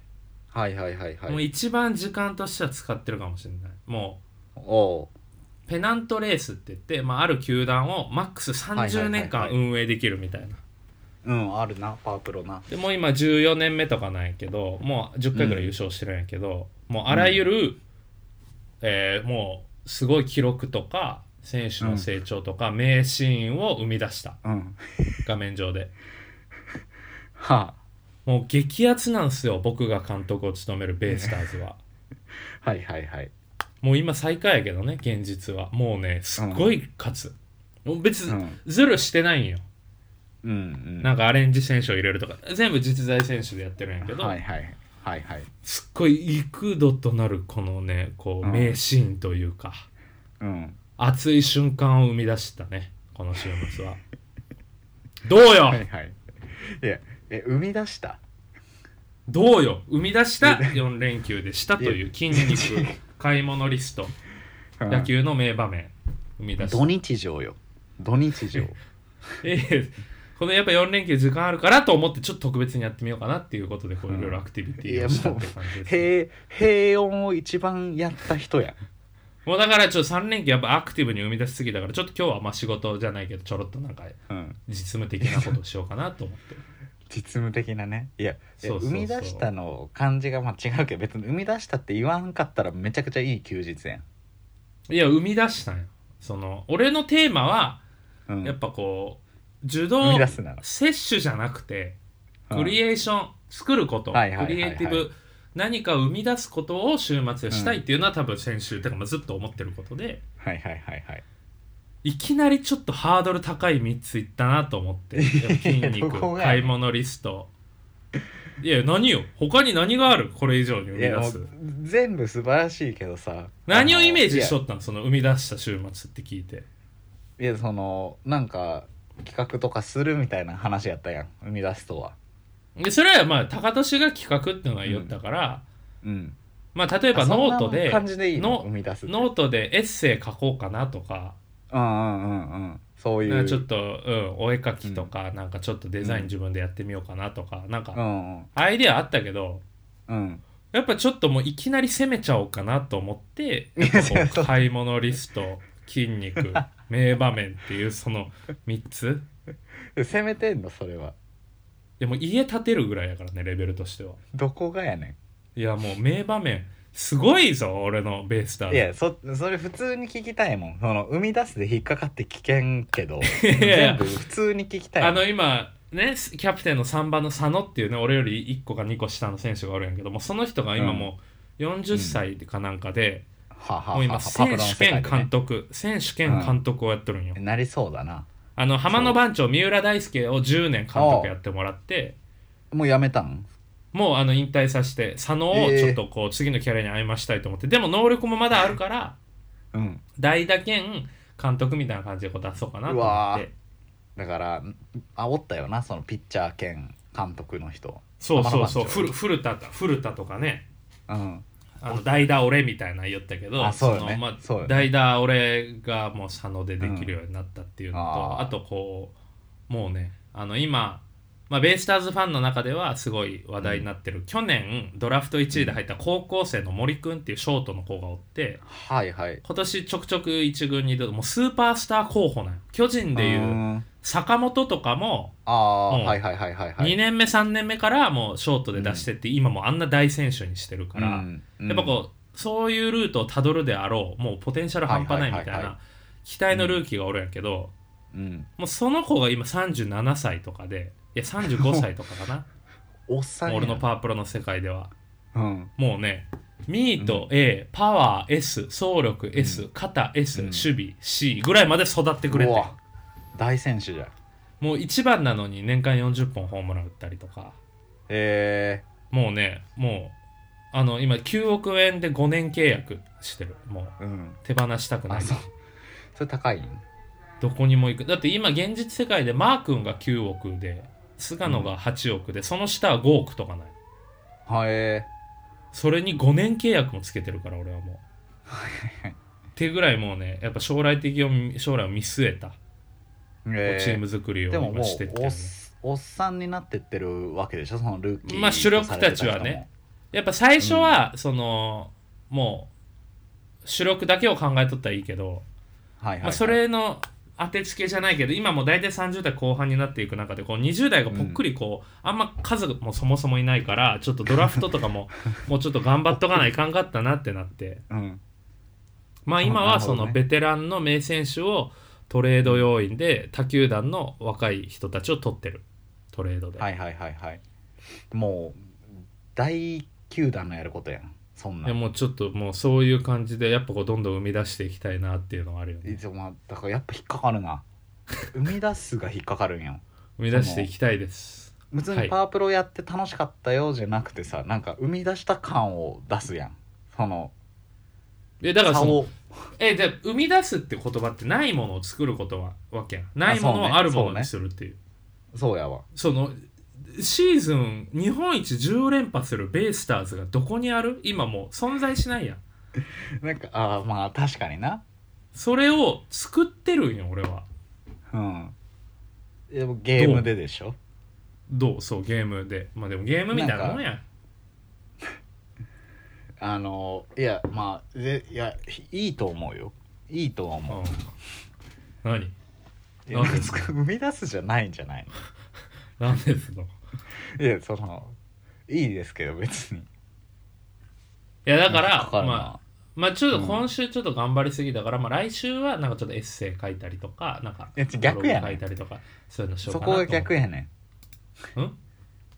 はいはいはいは
もう
い
一番時間としては使ってるかもしれないも
おお
うペナントレースって言って、まあ、ある球団をマックス30年間
はいはいは
運営できるみたいな、
うんあるなパワープロな
でもう今14年目とかなんやけどもう10回ぐらい優勝してるんやけど、もうあらゆる、えーもうすごい記録とか選手の成長とか、名シーンを生み出した
うん
画面上で
は
もう激アツなんですよ僕が監督を務めるベイスターズは
あはいはいはい
もう今最下位やけどね現実はもうねすっごい勝つ、もう別
う
に
ん
ズルしてないんよ、
うんうん
なんかアレンジ選手を入れるとか全部実在選手でやってるんやけど、
はいはいはいはい
すっごい幾度となるこのねこう
うん
名シーンというか、
うん
熱い瞬間を生み出したねこの週末は どうよ、
はいはいいやえ生み出した
どうよ生み出した4連休でしたという筋肉買い物リ スト
うん
野球の名場面生み出した
土日常よ土日常
ええこのやっぱ4連休時間あるからと思ってちょっと特別にやってみようかなっていうことでこういろいろアクティビティをしたって感じです、
平平穏を一番やった人や
もうだからちょっと3連休やっぱアクティブに生み出しすぎだからちょっと今日はまあ仕事じゃないけどちょろっとなんか
うん
実務的なことをしようかなと思って
実務的なねいやいや
そうそうそう
生み出したの感じがまあ違うけど別に生み出したって言わんかったらめちゃくちゃいい休日やん、
いや生み出したんよその俺のテーマは
うん、
やっぱこう受
生
動
み出すなら
摂取じゃなくてクリエ
エ
ーション、作ること、
はいはいはいはい
クリエイティブ何かを生み出すことを週末したいっていうのは、多分先週とかまあずっと思ってることで
はいはいはいはい
いきなりちょっとハードル高い3ついったなと思って 筋
どこ
肉
がやねん
買い物リストいや何よ他に何があるこれ以上に生み
いや
出
も
す
う全部素晴らしいけどさ
何をイメージし
よ
とったのその生み出した週末って聞いて
いやそのなんか企画とかするみたいな話やったやん生み出すとは
でそれはまあ高俊が企画っていうのは言ったから、
うん
まあ例えば
あそん
ノ
な
ートで
感じでいいの
の
生み出すって
ノートでエッセイ書こうかなとか
うんうんうんうんそうい
なん
う
かちょっと、うん、お絵描きとか、なんかちょっとデザイン自分でやってみようかなとか、なん
う
か
んうん
アイデアあったけど
うん
やっぱちょっともういきなり攻めちゃおうかなと思って
い
や
や
っぱこう
そうそう
買い物リスト筋 肉名場面っていうその3つ
攻めてんのそれは
でもう家建てるぐらいやからねレベルとしては
どこがやねん
いやもう名場面すごいぞ俺のベイスター
い
ズ
やそそれ普通に聞きたいもんその生み出すで引っかかって危険けど
やいや
全部普通に聞きたい
あの今ねキャプテンの3番の佐野っていうね俺より1個か2個下の選手がおるんやけどもうその人が今もう40歳かなんかで、
はは
もう今
パブ
選
ロ
手
の世界
兼
でね
監督、選手兼監督をやっとるんよ、
なりそうだな
あの浜の番長三浦大輔を10年監督やってもらって
もうやめたん
もうあの引退させて佐野をちょっとこう次のキャリアに歩ましたいと思って、でも能力もまだあるから
うん
代打兼監督みたいな感じでこう出そうかなと
う
思っ
わ
て
ーだから煽ったよなそのピッチャー兼監督の人
そうそうそう
浜
古古
野番
田と古田とかね
長うん
あの代打俺みたいなの言ったけど
あそうよね
のま
そうよね
代打俺がもう佐野でできるようになったっていうのと、
うんあ
あ
ー
とこうもうねあの今、まあ、ベイスターズファンの中ではすごい話題になってる、去年ドラフト1位で入った高校生の森くんっていうショートの子がおって
はいはい
今年ちょくちょく1軍に出てもうスーパースター候補なんよ巨人でいううん坂本とかも
あ
うん
ーはいはいはいはいはい
2年目3年目からもうショートで出してって、今もうあんな大選手にしてるから。
うんうん
やっぱこうそういうルートをたどるであろうもうポテンシャル半端ないみたい
はいはいはい
な期待のルーキーがおるんやけど、
うん
もうその子が今37歳とかでいや35歳とか か
おっさ
な
ん
もう
や
俺のパワープロの世界では
うん
もうねミート A、パワー S 走力 S、
う
肩 S、
うん
守備 C ぐらいまで育ってくれ
う
て
わ大選手じゃん
もう一番なのに年間40本ホームラン打ったりとか
え
もうねもうあの今9億円で5年契約してるもう
ー、うん
手放したくな
あ
い
そうそれ高いん
どこにも行くだって今現実世界でマー君が9億で菅野が8億で、その下は5億とかない
はえ
それに5年契約もつけてるから俺はもうってぐらいもうねやっぱ将来的を将来を見据えた、
ー、えー
チーム作りを
でも
今
も
してっ
う
て
お
る
っおっさんになってってるわけでしょそのルーキー
まあ主力たちはねやっぱ最初はその、もう主力だけを考えとったらいいけど、
はいはい、はい
まあ、それの当てつけじゃないけど今もう大体30代後半になっていく中でこう20代がぽっくりこう、あんま数もそもそもいないからちょっとドラフトとか ももうちょっと頑張っとかないかんかったなってなって
うん
まあ今
な
は
るほ
そ
どね
のベテランの名選手をトレード要員で他球団の若い人たちを取ってるトレードで、
はいはいはいはいもう大球団のやることやんそんな
でもうちょっともうそういう感じでやっぱこうどんどん生み出していきたいなっていうのはあるよ
い
ね
つもまあだからやっぱ引っかか るな生み出すが引っかかるんよ
生み出していきたいです
別
は
に
い
パワープロやって楽しかったよじゃなくてさ、なんか生み出した感を出すやんその
えだから
差
その
を
えじゃあ生み出すって言葉ってないものを作ることはわけやんないもの
あそう
を
ね
あるものにするっていう
そうやわ
そ,、のシーズン日本一10連覇するベイスターズがどこにある今もう存在しないやん
なんかああまあ確かにな
それを作ってるんよ俺は
うんでもゲームででしょ
どうそうゲームでまあでもゲームみたいなもんやん
あのいやまあでいやいいと思うよいいとは思う
うん何
いや
なんで
別に生み出すじゃないんじゃない
何ですの
のいやそのいいですけど別に
いやだか
なん
ら
かるな
まあまあちょっと今週ちょっと頑張りすぎだから、まあ来週はなんかちょっとエッセイ書いたりとかなんか
いや逆
ブロ
やねん
グ書いたりとかそういうのしよう
そ
かなと
こ
思
が
って
逆やね
うん
ん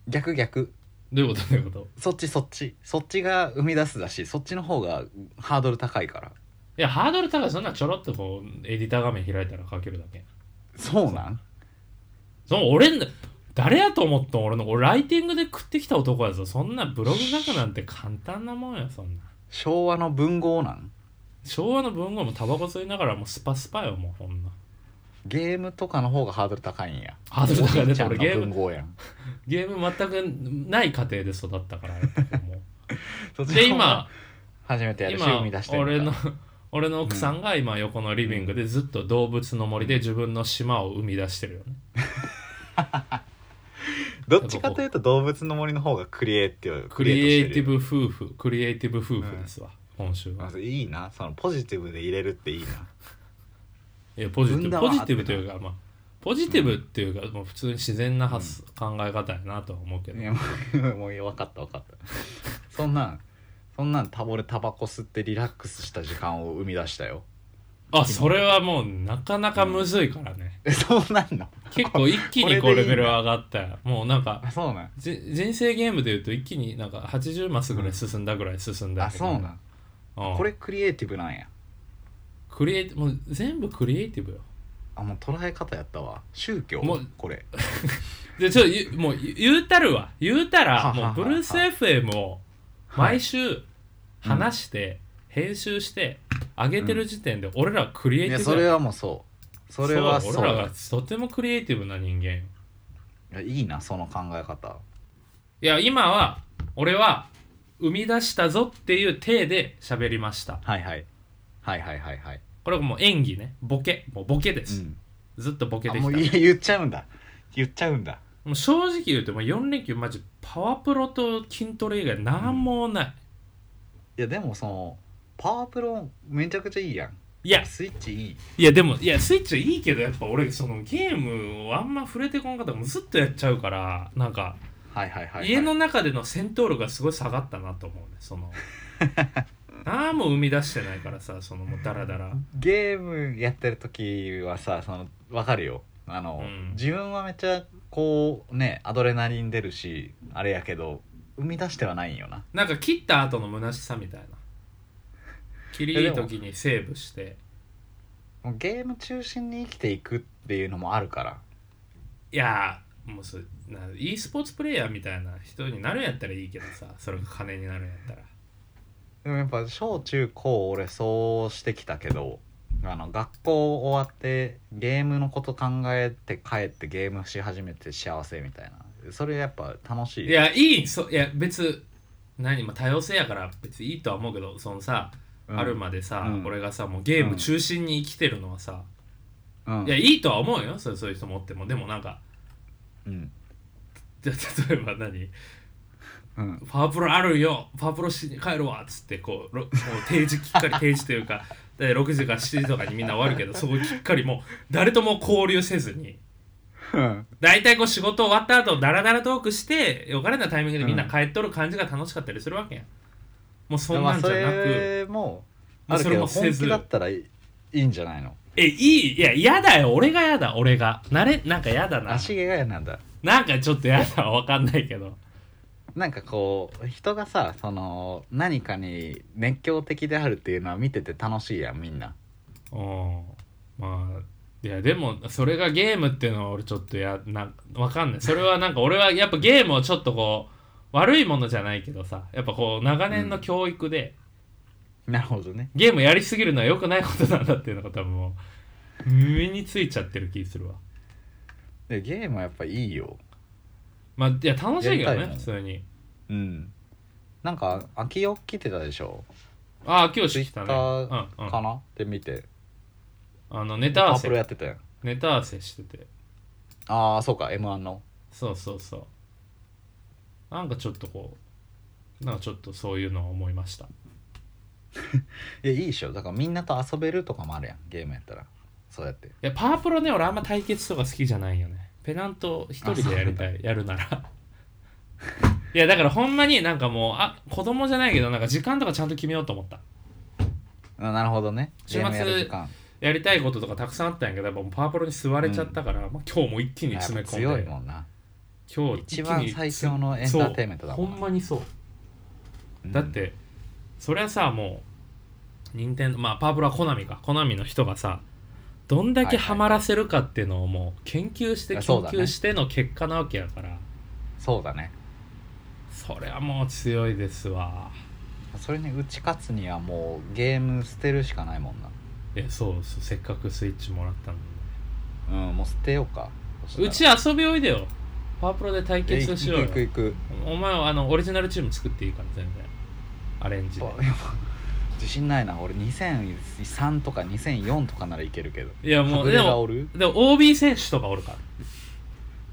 逆逆
どういうことどういうこと
そっちそっちそっちが生み出すだしそっちの方がハードル高いから
いや、ハードル高い、そんなちょろっとこう、エディター画面開いたら書けるだけ。
そうなん
その俺ん、誰やと思ったん俺の、俺ライティングで食ってきた男やぞ。そんなブログ書くなんて簡単なもんや、そんな。
昭和の文豪なん
昭和の文豪もタバコ吸いながらもうスパスパよ、もうほんな。
ゲームとかの方がハードル高いんや
ハードル高いね
おじいちゃんの
俺ゲーム
文豪やん
ゲーム全くない家庭で育ったから、やっぱも
そ
う
っ ちの
で、
方が
今、
初めてやるし
今
生み出して
俺
る
の俺の奥さんが今横のリビングでずっと動物の森で自分の島を生み出してるよね。
どっちかというと動物の森の方がクリエイティブ
クリエイ
して
ティ
るよ
ブ夫婦、クリエイティブ夫婦ですわ、今週は
ま。ずいいなそのポジティブで入れるっていいない
やポジテ
産
ィブ
んだ
ポ
わ
ジティブというか、まあ、ポジティブっていうか、もう普通に自然な発想考え方やなとは思うけど、
いやもうもう分かった分かったそんなんそそんなんたぼれタバコ吸ってリラックスした時間を生み出したよ
あそれはもうなかなかむずいからね、
えそうなんの
結構一気にこうレベル上がったよもうなんか
あそうなん
じ人生ゲームでいうと一気になんか80マスぐらい進んだぐらい進んだ
あ
けど
そうなん
うん
これクリエイティブなんや
クリエイもう全部クリエイティブよ
あもう捉え方やったわ宗教
もう
これ
でちょゆもうゆ言うたるわ言うた
はは
ら
は
もう
は
ブルース FM を毎週話して編集して上げてる時点で俺らはクリエイ
い
ティ
や
ブ
それはもうそうそれは
そ
そうう
俺らがとてもクリエイティブな人間よ
いやいいなその考え方
いや今は俺は生み出したぞっていう体で喋りました
はいはいはいはいはいはい、
これはもう演技ねボケもうボケです、ずっとボケ
あ
てきた
も
もう
うい 言っちゃうんだ言っちゃうんだ
正直言うともう4連休マジパワープロと筋トレ以外なんもない、
いやでもそのパワープロめちゃくちゃいいやん
いや
スイッチいい
いやでもいやスイッチはいいけどやっぱ俺そのゲームをあんま触れてこんかったからもうずっとやっちゃうからなんか
はいはいはい、はい、
家の中での戦闘力がすごい下がったなと思うね その何も生み出してないからさそのもうダラダラ
ゲームやってる時はさそのわかるよあの、
うん
自分はめっちゃこうねアドレナリン出るしあれやけど生み出してはないんよな
なんか切った後の虚しさみたいな切りいい時にセーブして
もうゲーム中心に生きていくっていうのもあるから
いやーもうそな e スポーツプレイヤーみたいな人になるんやったらいいけどさそれが金になるんやったら
でもやっぱ小中高俺そうしてきたけどあの学校終わってゲームのこと考えて帰ってゲームし始めて幸せみたいなそれやっぱ楽しい
いやいいそいや別何も多様性やから別にいいとは思うけどそのさ、
うん
あるまでさ、
うん
俺がさもうゲーム中心に生きてるのはさ、
うん
いやいいとは思うよそれそういう人もおってもでもなんか
うん
じゃ例えば何
うん
パワープロあるよパワープロしに帰るわっつってこうろもう定時きっかり定時というかで6時から7時とかにみんな終わるけどそこきっかりもう誰とも交流せずに
うん
大体こう仕事終わった後ダラダラトークしてよからなタイミングでみんな帰っとる感じが楽しかったりするわけやんもうそん
ま
なん
あ
じ
そ
ゃなく、
れも
ま
あ
あ
る
そ
け
れ
ど
もせ
本
ず
気だったらいいいいんじゃないの
えいいいや嫌だよ俺が嫌だ俺がなれなんか嫌だな
足毛が嫌なんだ
なんかちょっと嫌だわかんないけど
なんかこう人がさその何かに熱狂的であるっていうのは見てて楽しいやんみんな
うんまあいやでもそれがゲームっていうのは俺ちょっとやなわかんないそれはなんか俺はやっぱゲームをちょっとこう悪いものじゃないけどさやっぱこう長年の教育で、
なるほどね
ゲームやりすぎるのは良くないことなんだっていうのが多分もう身についちゃってる気するわ
でゲームはやっぱいいよ
まあいや楽しいけど
やりたい
ね
な
普通に
うんなんか秋よ来てたでしょ
ああ今日来たね
Twitter
うんうん
かなって見て
あのネタ合
パ
わ
ープロ
せ
やってたやん
ネタ合わせしてて
ああそうか M1 の
そうそうそうなんかちょっとこうなんかちょっとそういうのを思いました
いやいいでしょだからみんなと遊べるとかもあるやんゲームやったらそうやって
いやパワープロね俺あんま対決とか好きじゃないよねペナント一人でやりたいやるならいやだからほんまになんかもうあ子供じゃないけどなんか時間とかちゃんと決めようと思った
あなるほどね
週
ゲ
末
ームやる時間
やりたいこととかたくさんあったんやけどやっぱもうパワープロに吸われちゃったから、まあ、今日も一気に
やっ
詰め
ぱ
込んで
強いもんな
今日
一番最強のエンターテインメントだもん
そうほんまにそう
うん
だって、それはさもう任天堂まあパープルはコナミかコナミの人がさどんだけハマらせるかっていうのをもう研究して研
いやそうだね
究しての結果なわけやから
そうだね
そ,、れはもう強いですわ
それに打ち勝つにはもうゲーム捨てるしかないもんな
えそうそうせっかくスイッチもらったのに
うんもう捨てようか
うち
は
遊びおいでよパワープロで対決しようよ
行く行く
お前はあのオリジナルチーム作っていいから全然アレンジで
行くやっぱ自信ないな俺2003とか2004とかならいけるけど
いやも
外
う
れ
で
が
も
おる
でも OB 選手とかおるから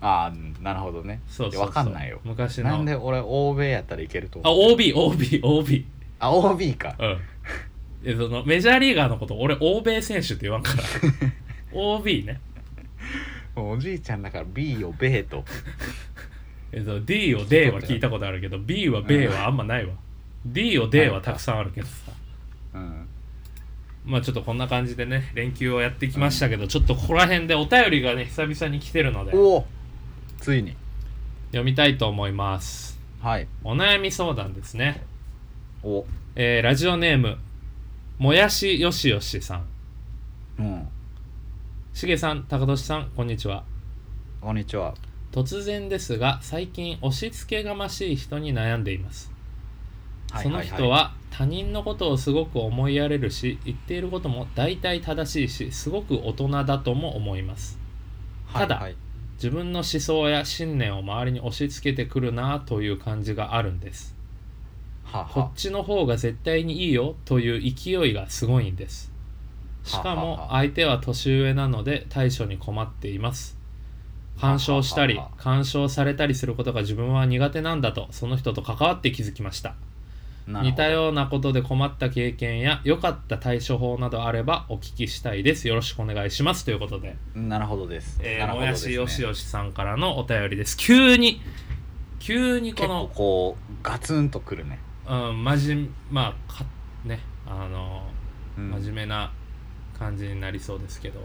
ああなるほどね
そうそうそう
いやわかんないよ
昔の
なんで俺欧米やったらいけると
あ
思う
OBOBOB
あ OB か
うんえそのメジャーリーガーのこと俺欧米選手って言わん から OB ね
もうおじいちゃんだから B を米と
えっと D を D は聞いたことあるけど B は B はあんまないわ D を D はたくさんあるけどさ
うん
まあちょっとこんな感じでね連休をやってきましたけど、ちょっとここら辺でお便りがね久々に来てるので
おおついに
読みたいと思います
はい
お悩み相談ですね、
お
えーラジオネームもやしよしよしさん
うん
しげさん高俊さんこんにちは
こんにちは
突然ですが最近押し付けがましい人に悩んでいますその人は他人のことをすごく思いやれるし言っていることも大体正しいしすごく大人だとも思います
はい
ただ
はい
自分の思想や信念を周りに押し付けてくるなという感じがあるんです
は
こ
は
っちの方が絶対にいいよという勢いがすごいんですしか
はは
も
は
相手は年上なので対処に困っています干渉したり
ははは
干渉されたりすることが自分は苦手なんだとその人と関わって気づきました
なるほ
似
ど
たようなことで困った経験や良かった対処法などあればお聞きしたいですよろしくお願いしますということで
なるほどです。
え
なる
ー、も
ほどで
や
す
し
ね
よしよしさんからのお便りです急に急にこ
結構
の
こうガツンとくるね。
うん真面まあかねあの
うん
真面目な感じになりそうですけど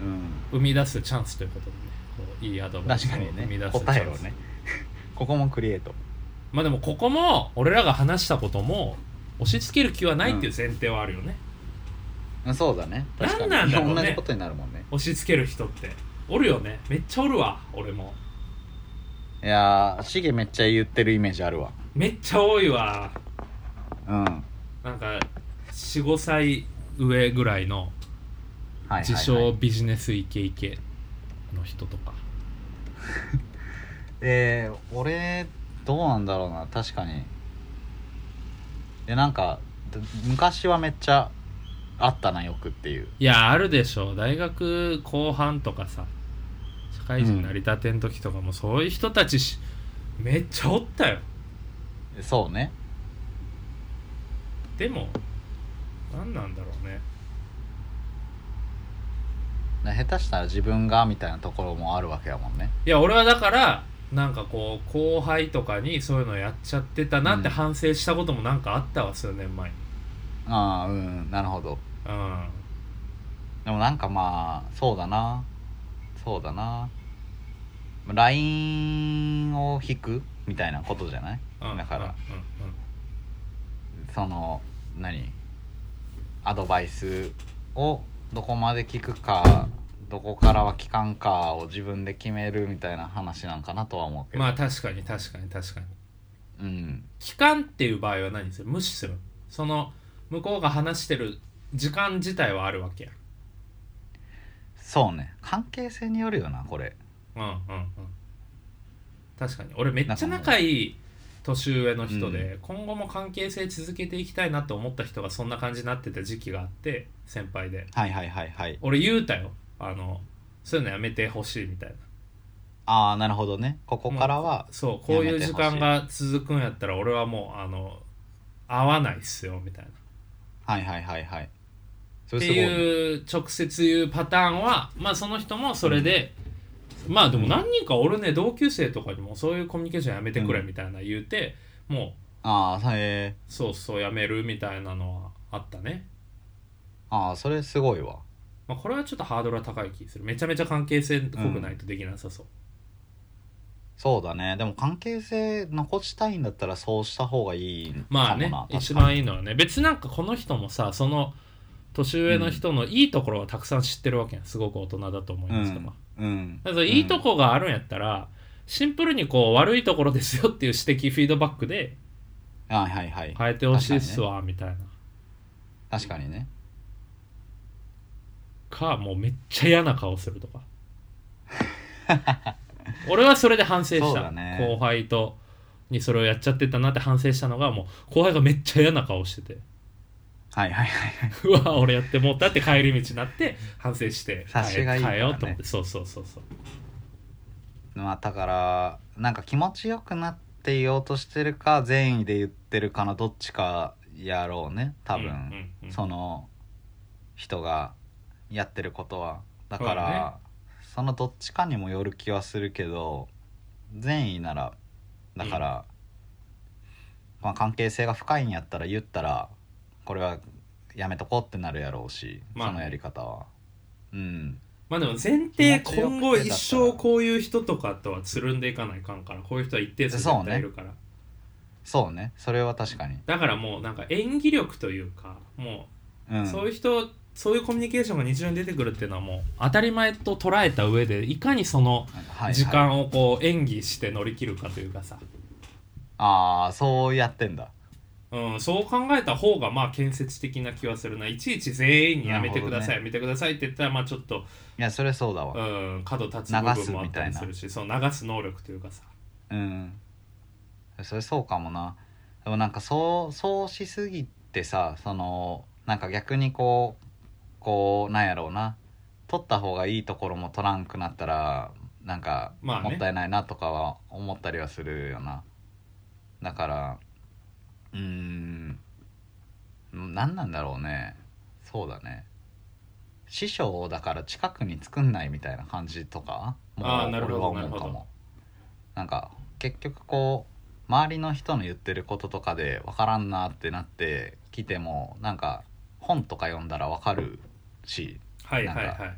うん
生み出すチャンスということでねこういいアドバイス
確
を
かに
生み
ね
出すチ
答え
ャ
を
ンス、
ねここもクリエイト。
まあでもここも俺らが話したことも押し付ける気はないっていう前提はあるよね、
うんそうだね。確かに
なんなんだろうね
同じことになるもんね。
押し付ける人っておるよねめっちゃおるわ俺も
いやーシゲめっちゃ言ってるイメージあるわ。
めっちゃ多いわ
うん。はい
なんか45歳上ぐらいの
はいはい
自称ビジネスイケイケの人とか、
えー、俺どうなんだろうな確かに。でなんかで昔はめっちゃあったなよくっていう。
いやあるでしょう大学後半とかさ社会人なりたての時とかもそういう人たちし、めっちゃおったよ
そうね。
でも何なんだろうね
な下手したら自分がみたいなところもあるわけやもんね。
いや俺はだからなんかこう後輩とかにそういうのやっちゃってたなって
うん
反省したこともなんかあったわ数年前に
ああうんなるほど。
うん
でもなんかまあそうだなそうだなラインを引くみたいなことじゃない
うん
だから
うんうん
その何アドバイスをどこまで聞くかどこからは聞かんかを自分で決めるみたいな話なんかなとは思うけど、
まあ確かに確かに確かに
うん
期間っていう場合は何する無視するその向こうが話してる時間自体はあるわけや
そうね関係性によるよなこれ
うんうんうん確かに俺めっちゃ仲いい年上の人で、今後も関係性続けていきたいなと思った人がそんな感じになってた時期があって先輩で
はいはいはいはい
俺言うたよあのそういうのやめてほしいみたいな
ああなるほどねここからは
そうこういう
やめてほし
時
い
間が続くんやったら俺はもうあの会わないっすよみたいな
はいはいはいはいそ
っ
れ
て
すごいね
いう直接言うパターンはまあその人もそれで、まあでも何人かおるね同級生とかにもそういうコミュニケーションやめてくれ
うん
みたいな言うて、も
ああへえ
うそうそうやめるみたいなのはあったね、
ああそれすごいわ
まあ、これはちょっとハードルは高い気するめちゃめちゃ関係性濃くないとできなさそう、
そうだねでも関係性残したいんだったらそうした方がいいかもな
まあね
確かに
一番いいのはね別になんかこの人もさその年上の人のいいところはたくさん知ってるわけやんすごく大人だと思いますとか、
うん
だからいいとこがあるんやったら、シンプルにこう悪いところですよっていう指摘フィードバックで
うんはいはいはい
変えてほしいっすわ、みたいな
確かにね
かもうめっちゃ嫌な顔する とか俺はそれで反省
そ
し
う
た、
だね
後輩とにそれをやっちゃってたなって反省したのがもう後輩がめっちゃ嫌な顔してて
はいはいはいう
わ俺やってもうたって帰り道になって反省して
察しがいいからね
変えようと思ってそうそうそうそう
まあだからなんか気持ちよくなって言おうとしてるか善意で言ってるかのどっちかやろうね多分、
うんうんうん
その人がやってることはだから
そう
そ,、
だ
のどっちかにもよる気はするけど善意ならだから、まあ、関係性が深いんやったら言ったらこれはやめとこうってなるやろうし、
まあ
そのやり方はうん
まあでも前提
気持ちよくて
今後一生こういう人とかとはつるんでいかないかんからこういう人は一定数
そうね
絶対いるから、
そうねそれは確かに、
だからもうなんか演技力というかも
う、
うんそういう人そういうコミュニケーションが日常に出てくるっていうのはもう当たり前と捉えた上でいかにその
はいはい
時間をこう演技して乗り切るかというかさ、
ああそうやってんだ
うん、そう考えた方がまあ建設的な気はするないちいち全員にやめてください、やめてくださいって言ったらまあちょっと、
いやそれそうだ
う
わ
ん、角立つ部分もあったりするしそう流す能力というかさ
うんそれそうかもなでもなんかそうそうしすぎてさそのなんか逆にこうこうなんやろうな取った方がいいところも取らんくなったらなんか
まあね
もったいないなとかは思ったりはするよな、だからうーん何なんだろうねそうだね師匠をだから近くに作んないみたいな感じとかも
あーなるほど
俺は思うか
なるほ
もなんか結局こう周りの人の言ってることとかで分からんなってなってきてもなんか本とか読んだら分かるし
はいはいは
なん
い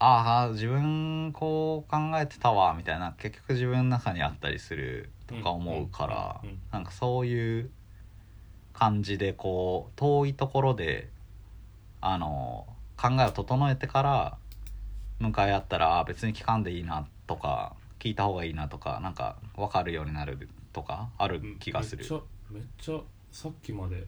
ああ自分こう考えてたわみたいな結局自分の中にあったりするとか思うから、
うんうんうん
なんかそういう感じでこう遠いところであの考えを整えてから向かい合ったらあー別に聞かんでいいなとか聞いた方がいいなとかなんか分かるようになるとかある気がす
め
る
っちゃめっちゃさっきまで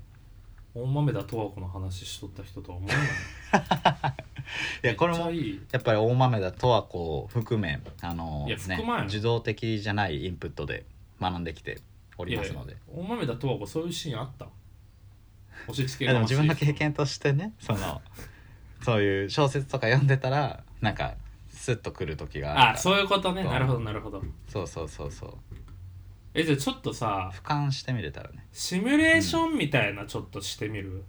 大豆田十和子の話しとった人とは 思えない
いやこれも
めっちゃいい
やっぱり大豆田十和子を含めあの、
いや含まんよ
受動的じゃないインプットで学んできておりますので
いやいや大豆田十和子そういうシーンあった押し付け
いやで
が
も
ましい
自分の経験としてねそのそういう小説とか読んでたらなんかスッとくる時があ
あ
るから
そういうことね
そう
なるほどなるほど
そうそうそうそう
えじゃあちょっとさ
俯瞰してみれたらね
シミュレーションみたいなちょっとしてみる、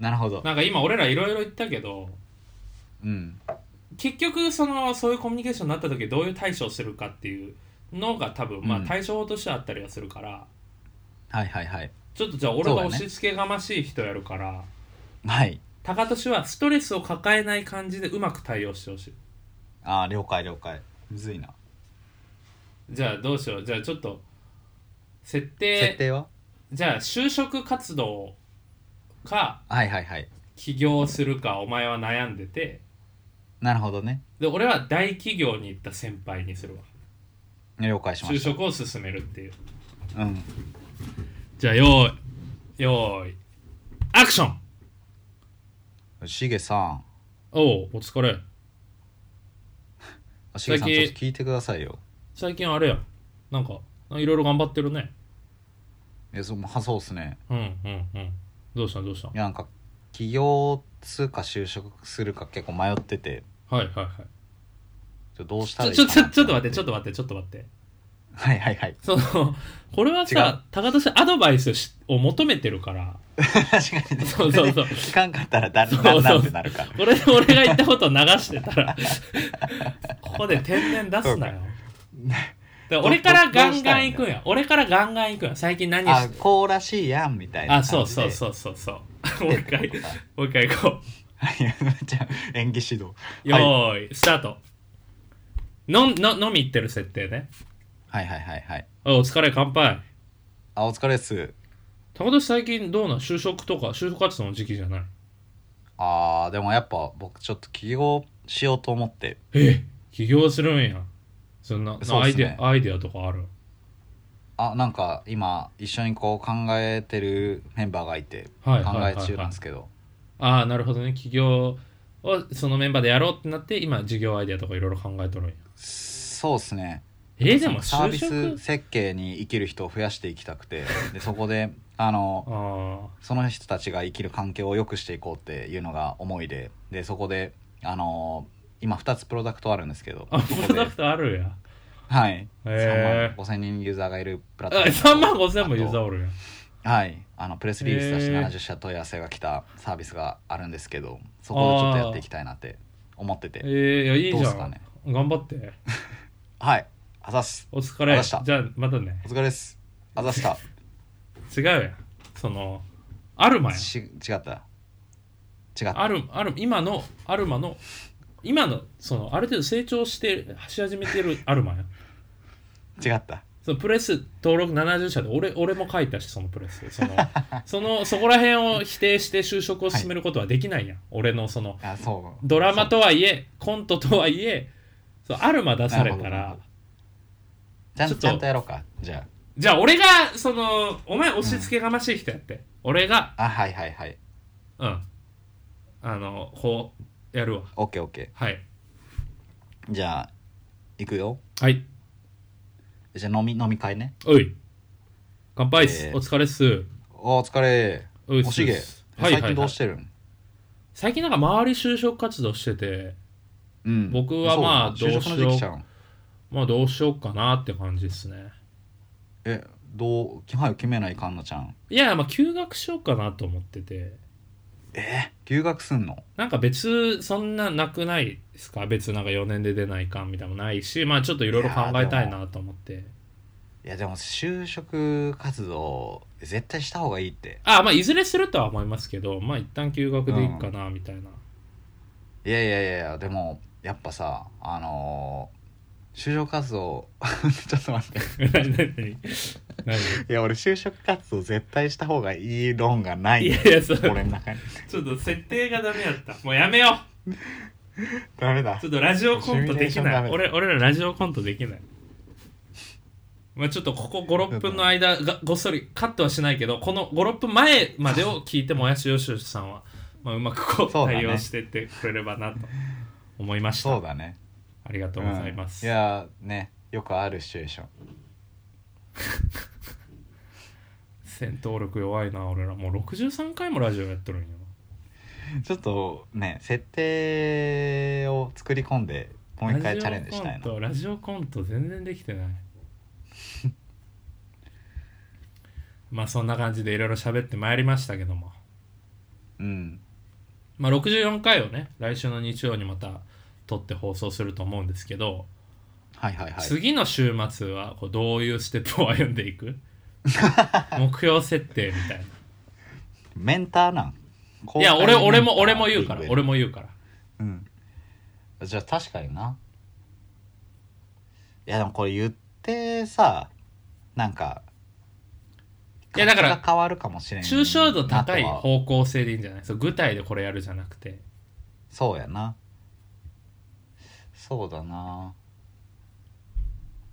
なるほど
なんか今俺らいろいろ言ったけど
うん
結局そのそういうコミュニケーションになった時どういう対処をするかっていうのが多分まあ
うん
対処法としてあったりはするから、
はいはいはい
ちょっとじゃあ俺が押し付けがましい人やるから、
はい
高俊はストレスを抱えない感じでうまく対応してほしい
ああ了解了解むずいな
じゃあどうしようじゃあちょっと設定
設定は
じゃあ就職活動か
はいはいはい
起業するかお前は悩んでて
なるほどね
で俺は大企業に行った先輩にするわ
了解しま
就
し
職を進めるっていう
たうん
じゃあ用意用意アクション
しげさん
おうお疲れ
しげさんち
最
ょ
近
っと聞いてくださいよ
最近あれやなんかいろいろ頑張ってるね
いやそまあそうっすね
うんうんうんどうしたどうした
いやなんか起業するか就職するか結構迷ってて
はいはいはい
ちょどうした
ち
ら
ょ
いい
ち
か
ょ
な
ちょちょっと待ってちょっと待ってちょっと待って
はいはいはい
そのこれはさ高田さんアドバイスしを求めてるから
確かにね
そうそうそう
聞かんかったら誰
そう
な
そうん
なんてなるか
これで俺が言ったことを流してたらここで天然出すなよだから俺からガンガン行くんや俺からガンガン行くんや最近何
あ
して
こうらしいやんみたいな
あ
感じで
そうそうそうそうそうもう一回もう一回行こ
はい やめっちゃ演技指導
うよーいスタートのんの飲み行ってる設定ね
はいはいはいはい
おいお疲れ乾杯
あお疲れっす
高田最近どうなん就職とか就職活動の時期じゃない
あーでもやっぱ僕ちょっと起業しようと思って
え起業するんやそんな
そう
ア
っ
イ
す
デ
ね
アアイデアとかある
あなんか今一緒にこう考えてるメンバーがいて
は
考
いはいはい
え
はい
中なんですけど
ああなるほどね起業をそのメンバーでやろうってなって今事業アイデアとかいろいろ考えとるんや
そうっすね
えー、でも
サー
就
ビ
職
ス設計に生きる人を増やしていきたくてでそこであの
あ
その人たちが生きる環境を良くしていこうっていうのが思いででそこで、あのー今2つプロダクトあるんですけど
ああプ
そこ
ロ
で
ダクトあるや
はい、
へー
3万5000人ユーザーがいるプラットフォームと
3万5千もユーザー
あ
おるやん
とはいあのプレスリリース出して
へー
70社問い合わせが来たサービスがあるんですけどそこでちょっとやっていきたいなって思って
え
て
ー、いやいいじ
どうで
ゃ
す
ん、
かね
頑張って
はいあざっす
お疲
あ
れ
りが
じ
と
ゃ
うご
あまたね
お疲れですあざっした
違うやんそのアルマやん
し違った違った
アルアル今のアルマの今のそのある程度成長してし始めてるアルマやん
違った
そのプレス登録70社で俺俺も書いたしそのプレスその そのそこら辺を否定して就職を進めることはできないやん、俺のその
あそう
ドラマとはいえコントとはいえそうアルマ出された
なるほ
ら
どちゃん
ちょっと
ちゃんとやろうかじゃ
じゃあ俺がそのお前押し付けがましい人やって、俺が
ああはいはいはい
うんあのこうやるわ
オッケーオッケ
はい
ーじゃあ行くよ
はい
じゃあ飲み飲み会ね
おい乾杯っす、
えー
お疲れっす
おお疲れ
おいっす
おしげ
はい
最近どうしてるん、
最近なんか周り就職活動してて
うん
僕はまあ
そう
ど
就
うしよう
職の時期じゃん
まあどうしようかなって感じですね
えどうき早く決めないかんなちゃん
いやまあ休学しようかなと思ってて
え留学すんの
なんか別そんななくないですか別なんか4年で出ないかんみたいなのもないしまあちょっといろいろ考えたいなと思って
いやでも就職活動絶対した方がいいって
あまあいずれするとは思いますけどまあ一旦休学でいいかなみたいな、
いやいやいやいやでもやっぱさあのー就職活動 ちょっと待って
何何何
いや俺就職活動絶対した方がいい論がないい
やいやそれ
俺の中に
ちょっと設定がダメだったもうやめよ
ダメだ
うちょっとラジオコントでき
シミュレーションダ
な
メ
い
だ
俺俺らラジオコントできないまあちょっとここ56分の間がごっそりカットはしないけどこの56分前までを聞いてもやしよしよしさんは、まあ、うまくこう
そうだね
対応してってくれればなと思いました、
そうだね
ありがとうございます、
うんいやねよくあるシチュエーション
戦闘力弱いな俺らもう63回もラジオやってるんよ
ちょっとね設定を作り込んでもう一回チャレンジしたいな
ラジオコントラジオコント全然できてない まあそんな感じでいろいろ喋ってまいりましたけども
うん
まあ64回をね来週の日曜にまた撮って放送すると思うんですけど、
はいはいはい
次の週末はこうどういうステップを歩んでい く目標設定みたい
メンターなん
ないや俺俺も俺も言う
公
から
開メンターってい
俺も言うから
うんじゃあ確かにないやでもこれ言ってさなんか
いやだから
価値が変わるかもしれんな
抽象度高い
とは
方向性でいいんじゃないそう具体でこれやるじゃなくて
そうやなそうだな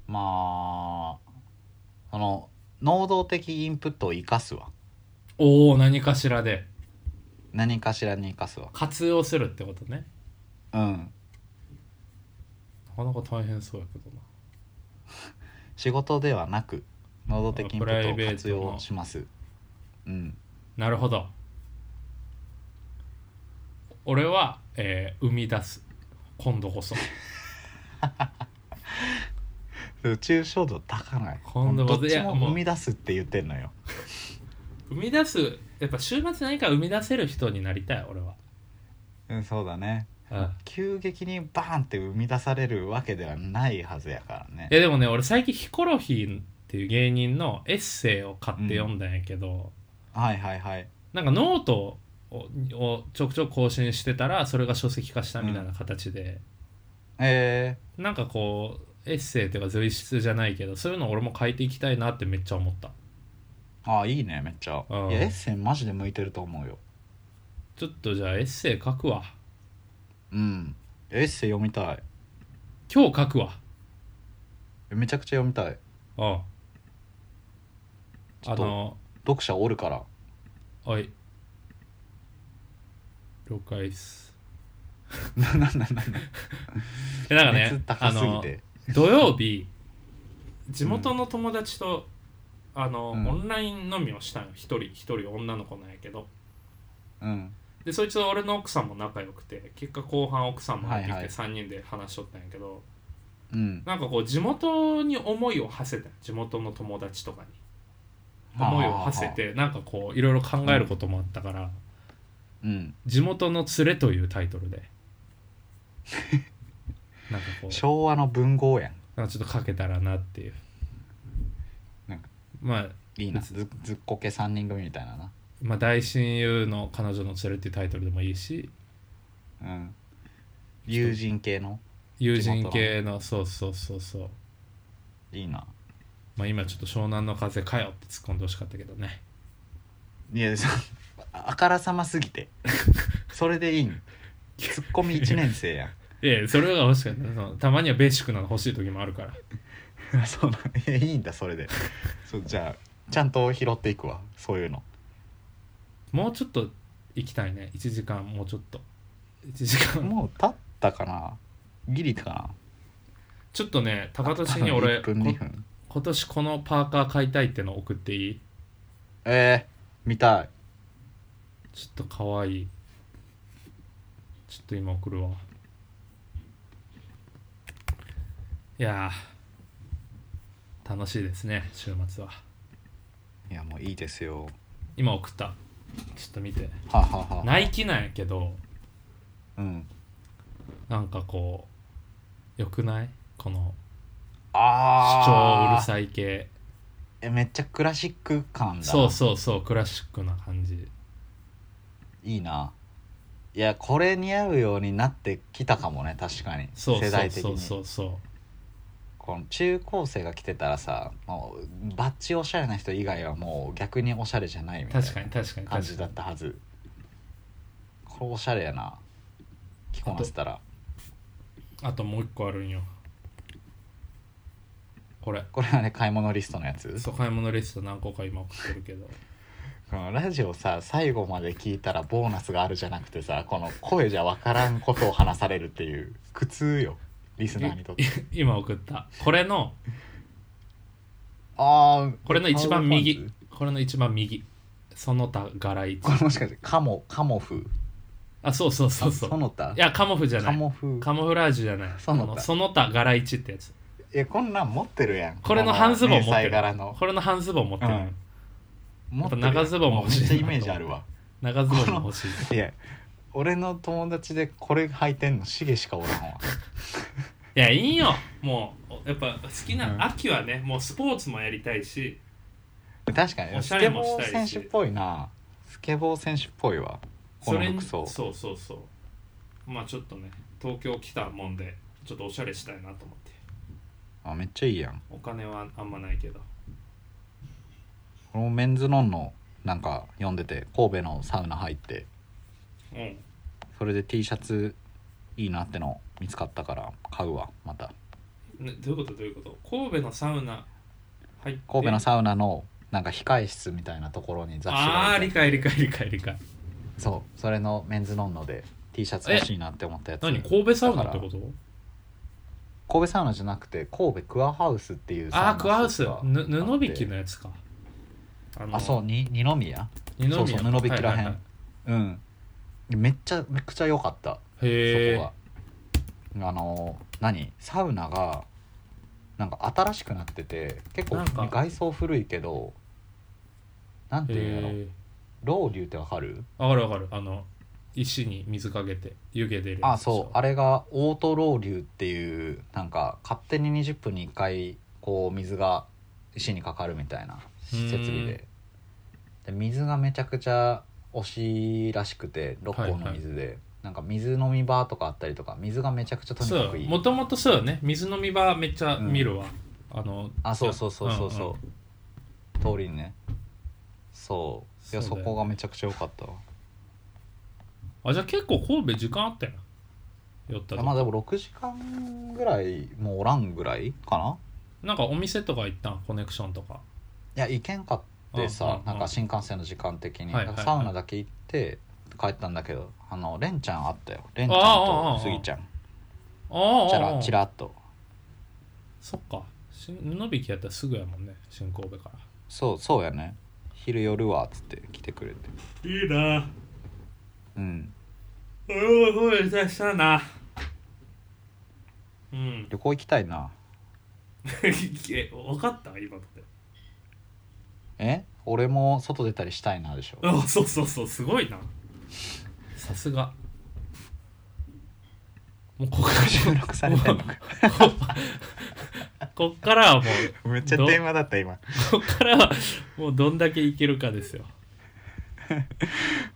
まあその能動的インプットを生かすわ
おお何かしらで
何かしらに生かすわ
活用するってことね
うん
なかなか大変そうやけどな
仕事ではなく能動的インプットを活用しますうん
なるほど俺は、えー生み出す今度こそ
抽象度高ない
今度は
どっち
いや
も
もう
生み出すって言ってんのよ
生み出すやっぱ週末何か生み出せる人になりたい俺は、
うんそうだね
うん、い
急激にバーンって生み出されるわけではないはずやからね
やでもね俺最近ヒコロヒーっていう芸人のエッセイを買って読んだんやけど、
はいはいはい
なんかノートををちょくちょく更新してたらそれが書籍化したみたいな形で、
え
なんかこうエッセイとか随筆じゃないけどそういうの俺も書いていきたいなってめっちゃ思った
ー、ああいいねめっちゃ
うん
いやエッセンマジで向いてると思うよ
ちょっとじゃあエッセイ書くわ
うんエッセイ読みたい
今日書くわ
めちゃくちゃ読みたい
うん
ちょ
あ
っと
の
読者おるから
はい了解っす
なななな
えなんか
熱
ね
高
あ
すぎ
の
て
土曜日地元の友達と、あの
うん
オンライン飲みをしたんよ一人一人女の子なんやけど
うん
でそいつは俺の奥さんも仲良くて結果後半奥さんも入ってき
はい
て
はい
3人で話しとったんやけど、
うん
なんかこう地元に思いを馳せた地元の友達とかに思いを馳せてなんかこういろいろ考えることもあったから
うん
「地元の連れ」というタイトル でなんかこう
昭和の文豪やん
なんかちょっとかけたらなっていう
なんか
まあ
いいなずずっこけ3人組みたいなな
まあ、大親友の彼女の連れっていうタイトルでもいいし
うん友人系の
友人系のそうそうそうそう
いいな
まあ今ちょっと湘南の風かよって突っ込んでほしかったけどね
いやそああからさますぎてそれでいいんツッコミ1年生や
いやいやそれが欲しかったそのたまにはベーシックなの欲しい時もあるから
んあ そうなんいやいいんだそれでそうじゃあちゃんと拾っていくわそういうの
もうちょっと行きたいね1時間もうちょっと1時間
もう経ったかなギリかな
ちょっとね高田市に俺
1分2分
こ今年このパーカー買いたいっての送っていい
えー、見たい
ちょっとかわいいちょっと今送るわいやー楽しいですね週末はい
やもういいですよ
今送ったちょっと見て
はあはあはあ
ナイキなんやけど
うん
なんかこうよくないこの主張う
ああ
るさい系
えめっちゃクラシック感だ
そうそうそうクラシックな感じ
いいないやこれ似合うようになってきたかもね確かに
そう
世
そう
代的
そうそ
に
うそう
この中高生が着てたらさもうバッチおしゃれな人以外はもう逆におしゃれじゃないみたい
確かに確かに
な感
確か
じだ
に
ったはずこれおしゃれやな着こなせたら
あともう一個あるんよこれ
これはね買い物リストのやつ
そう買い物リスト何個か今送ってるけど
このラジオさ最後まで聞いたらボーナスがあるじゃなくてさこの声じゃ分からんことを話されるっていう苦痛よリスナーにとって
い今送ったこれの
ああ
これの一番右これの一番右その他柄一
これもしかしてカモカモフ
あそうそうそうそう
その他
いやカモフじゃな
カ
い
モフ
カモフラージュじゃない
その他
あその他柄一ってやつ
えこんなん持ってるやん
これの半ズボン持って
迷彩
る
柄の
これの半ズボン持ってる、
うん持ってる
やっぱ長ズボンも欲しいな
めっちゃイメージあるわ
長ズボンも 欲しい
いや俺の友達でこれ履いてんのシゲしかおらんわ
いやいいよもうやっぱ好きな、
うん
秋はねもうスポーツもやりたいし
確かに
おしゃれ
スケ
もし
ボ
たい
ー
し
選手っぽいなスケボー選手っぽいわこの
に
服
そう
装
そうそうまあちょっとね東京来たもんでちょっとおしゃれしたいなと思って
あめっちゃいいやん
お金はあんまないけど
このメンズノンのなんか読んでて神戸のサウナ入って
うん
それで T シャツいいなっての見つかったから買うわまた
ね、どういうことどういうこと神戸のサウナ入って
神戸のサウナのなんか控え室みたいなところに雑誌が
ああ
置い
ー
て
理解理解理解理解
そうそれのメンズノンノで T シャツ欲しいなって思ったやつ
何神戸サウナってこと
神戸サウナじゃなくて神戸クアハウスっていうサ
ああー
ナ
クアウス
室が
ぬ
あっ
布
て
引きのやつかあの
あそうに二宮
二宮
そうそう布引きらへん
はいはいはい
うんめっちゃめくちゃ良かった
へ
そ
え
こがあのー何サウナがなんか新しくなってて結構
なんか
外装古いけどなんていうの
へ
ロウリュってわかる
ーわかるわかるあの石に水かけて湯気出るやつ
あそうあれがオートロウリュっていうなんか勝手に20分に1回こう水が石にかかるみたいな設備でで水がめちゃくちゃ惜しいらしくて六甲の水で、なんか水飲み場とかあったりとか水がめちゃくちゃとに
そ
か
う
くいい
もともとそうよね水飲み場めっちゃ見るわ、あの
あそうそうそうそうそう、
んん
通りにねそういや
そ
そう
だよね
こがめちゃくちゃ良かったわ
あじゃあ結構神戸時間あったよ寄った
いや
と
まあでも6時間ぐらいもうおらんぐらいかな
なんかお店とか行ったんコネクションとか
いや行けんかって
うんうん
さ
うん
なんか新幹線の時間的に
はいはいは
な
い
んかサウナだけ行って帰ったんだけどあのレンちゃんあったよレンちゃん
ああああ
とスギちゃん
ああああ
チラチラっと
そっかし布引きやったらすぐやもんね新神戸か
そうそうやね昼夜はっつって来てくれて
らいいな
うん
俺も神戸行きたいなうん
旅行行きたいな
え分かった今って
え俺も外出たりしたいなでしょ
あそうそうそうすごいなさすがもうここ
収録されてんのか
こ こっからはも
めっちゃ電話だった今
うこっからはもうどんだけいけるかですよ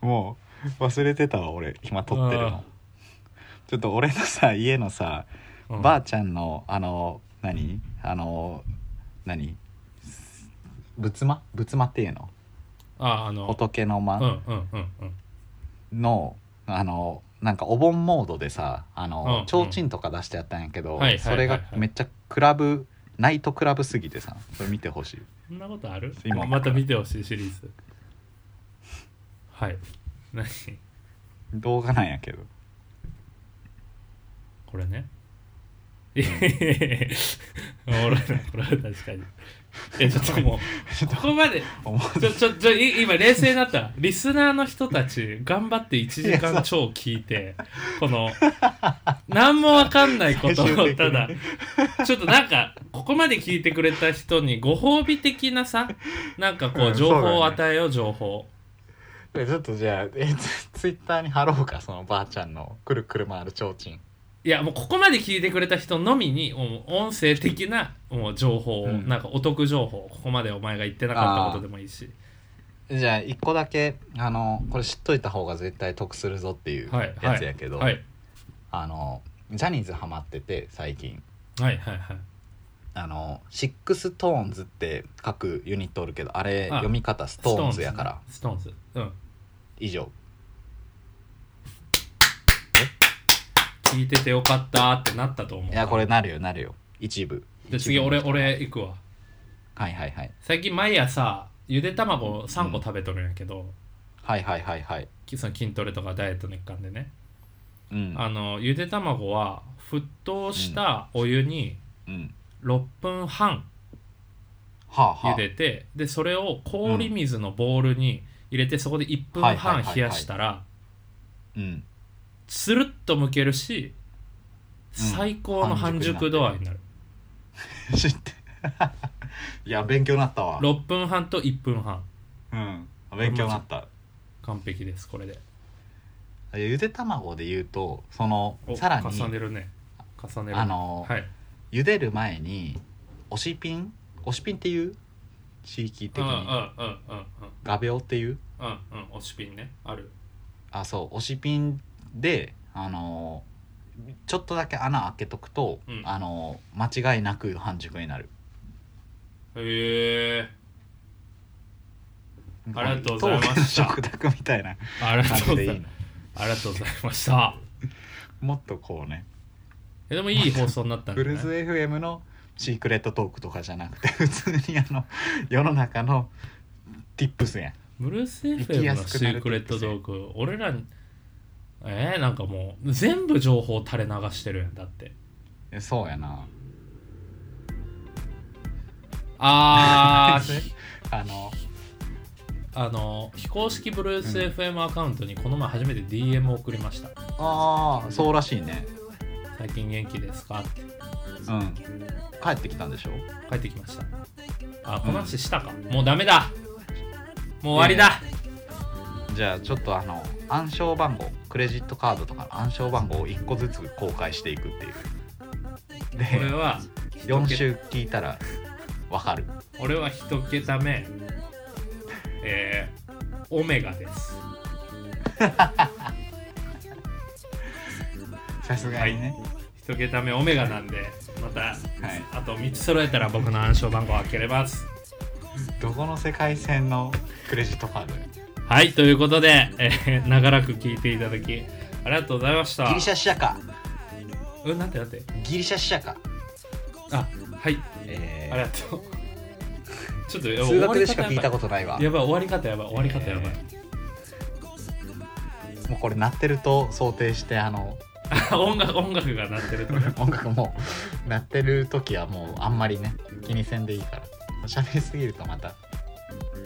もう忘れてたわ俺今撮ってる
あ
のちょっと俺のさ家のさ、
うん
ばあちゃんのあの何あの何仏間仏間っていうの
ああの
仏の
うんう
間
んうんうん
の、あのなんかお盆モードでさあの、
うん
提灯とか出してあったんやけど、
はいはいはいはい
それがめっちゃクラブナイトクラブすぎてさそれ見てほしい
そんなことある
今
また見てほしいシリーズはい何
動画なんやけど
これねいやいやいやいや おもろいなこれは確かにい やちょっともうここまで
思う
ちょちょちょい今冷静になったリスナーの人たち頑張って1時間超聞いてこの何もわかんないこと
最終的
を
に
ただちょっとなんかここまで聞いてくれた人にご褒美的なさなんかこ
うん
う情報を
そうだ
与えよう情報
え ちょっとじゃあえツツイッターに貼ろうかそのばあちゃんのくるくる回る提灯
いやもうここまで聞いてくれた人のみにもう音声的なもう情報を、
うん
なんかお得情報ここまでお前が言ってなかったことでもいいし
じゃあ一個だけあのこれ知っといた方が絶対得するぞっていう
はい
やつやけど、
はい
あのジャニーズハマってて最近
はいはいはい
あのシックストーンズって書くユニットおるけどあれ
あ
読み方ストーンズやから
ストーンズねストーンズうん
以上
聞いててよかったってなったと思う
い
い
やこれなるよなるよ一部
で
一
次
部
俺俺行くわ
はいはいはい
最近毎朝ゆで卵3個食べとるんやけど、
はいはいはいはい
きその筋トレとかダイエットの一環でね、
うん
あのゆで卵は沸騰したお湯に
うん
6分半
はあはあ
茹でてでそれを氷水のボウルに入れてそこで1分
はいはいはい
半
はい
冷やしたら
うん
つるっとむけるし最高の半熟度合いになる
知って いや勉強になったわ
6分半と1分半
うん勉強になった
完璧ですこれで
ゆで卵で言うとその
お
さら
重ね
に
るね重ねるね
あの
はい
茹でる前に推しピン推しピンっていう地域的
うんうんうんうん
に画鋲っていう
うんうんうん押しピンねある
あそう推しピンであのーちょっとだけ穴開けとくと、
うん
あのー間違いなく半熟になる
へえありがとうございました
当家の食卓みたいな
ありがと
感
う
じ
ござ
でいい
い
の
ますありがとうございました
もっとこうね
えでもいい放送になったん
ブ
じゃな
ル
い
ーズ FM のシークレットトークとかじゃなくて 普通にあの世の中の tips やん
ブルース
行き
FM
や
の
すく
シ
なる
ークレットドーク俺らにえー、なんかもう全部情報垂れ流してるやんだって
えそうやな
あ
ブルー
ー
ズ あの
あの非公式ブルース FM アカウントにこの前初めて DM を送りました
ああそうらしいね
「最近元気ですか?」って
うん帰ってきたんでしょ
帰ってきましたあこの話したか、もうダメだもう終わりだ、
じゃあちょっとあの暗証番号クレジットカードとかの暗証番号を1個ずつ公開していくっていう
これ
で
は
4週聞いたらわかる
俺は一桁目えー、オメガです
さすがにね
一桁目オメガなんでまた
はい、
あと3つ揃えたら僕の暗証番号を開けれます
どこの世界線のクレジットカードよ
はいということで、えー長らく聞いていただきありがとうございました
ギリシャ死者か
うんなんてなんて
ギリシャ死者か
あはい
え
ありがとうちょっと
ー、
終
数
わ
学
り
で
方
しか聞いたことないわ
やばい終わり方やばい終わり方やばい、
もうこれ鳴ってると想定してあの
音楽音楽が鳴ってるとね
音楽も鳴ってる時はもうあんまりね気にせんでいいから喋りすぎるとまた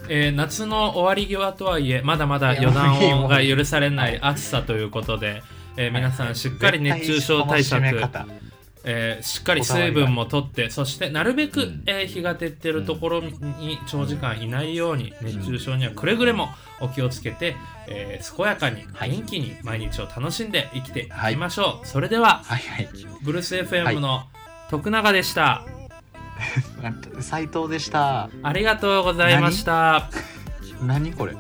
えー夏の終わり際とはいえまだまだ予断
いやも
音
う
が
いいもういい
許されない暑さということで、えー皆さんしっかり熱中症対策、
絶対この締め方
えーしっかり
こだわり
水
が
分もとってそしてなるべく、
うん
えー日が照ってるところに長時間いないように熱中症にはくれぐれもお気をつけて、えー健やかに
はい
元気に毎日を楽しんで生きてい
はい
きましょう、それでは
はいはい
ブルース FM の徳永でした、
はい斎藤でした
ありがとうございました。
何これ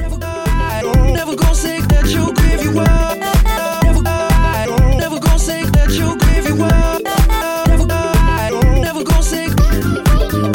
Never gonna say that you'll give you up. Never, never gonna say that you'll give you up. Never, never gonna say.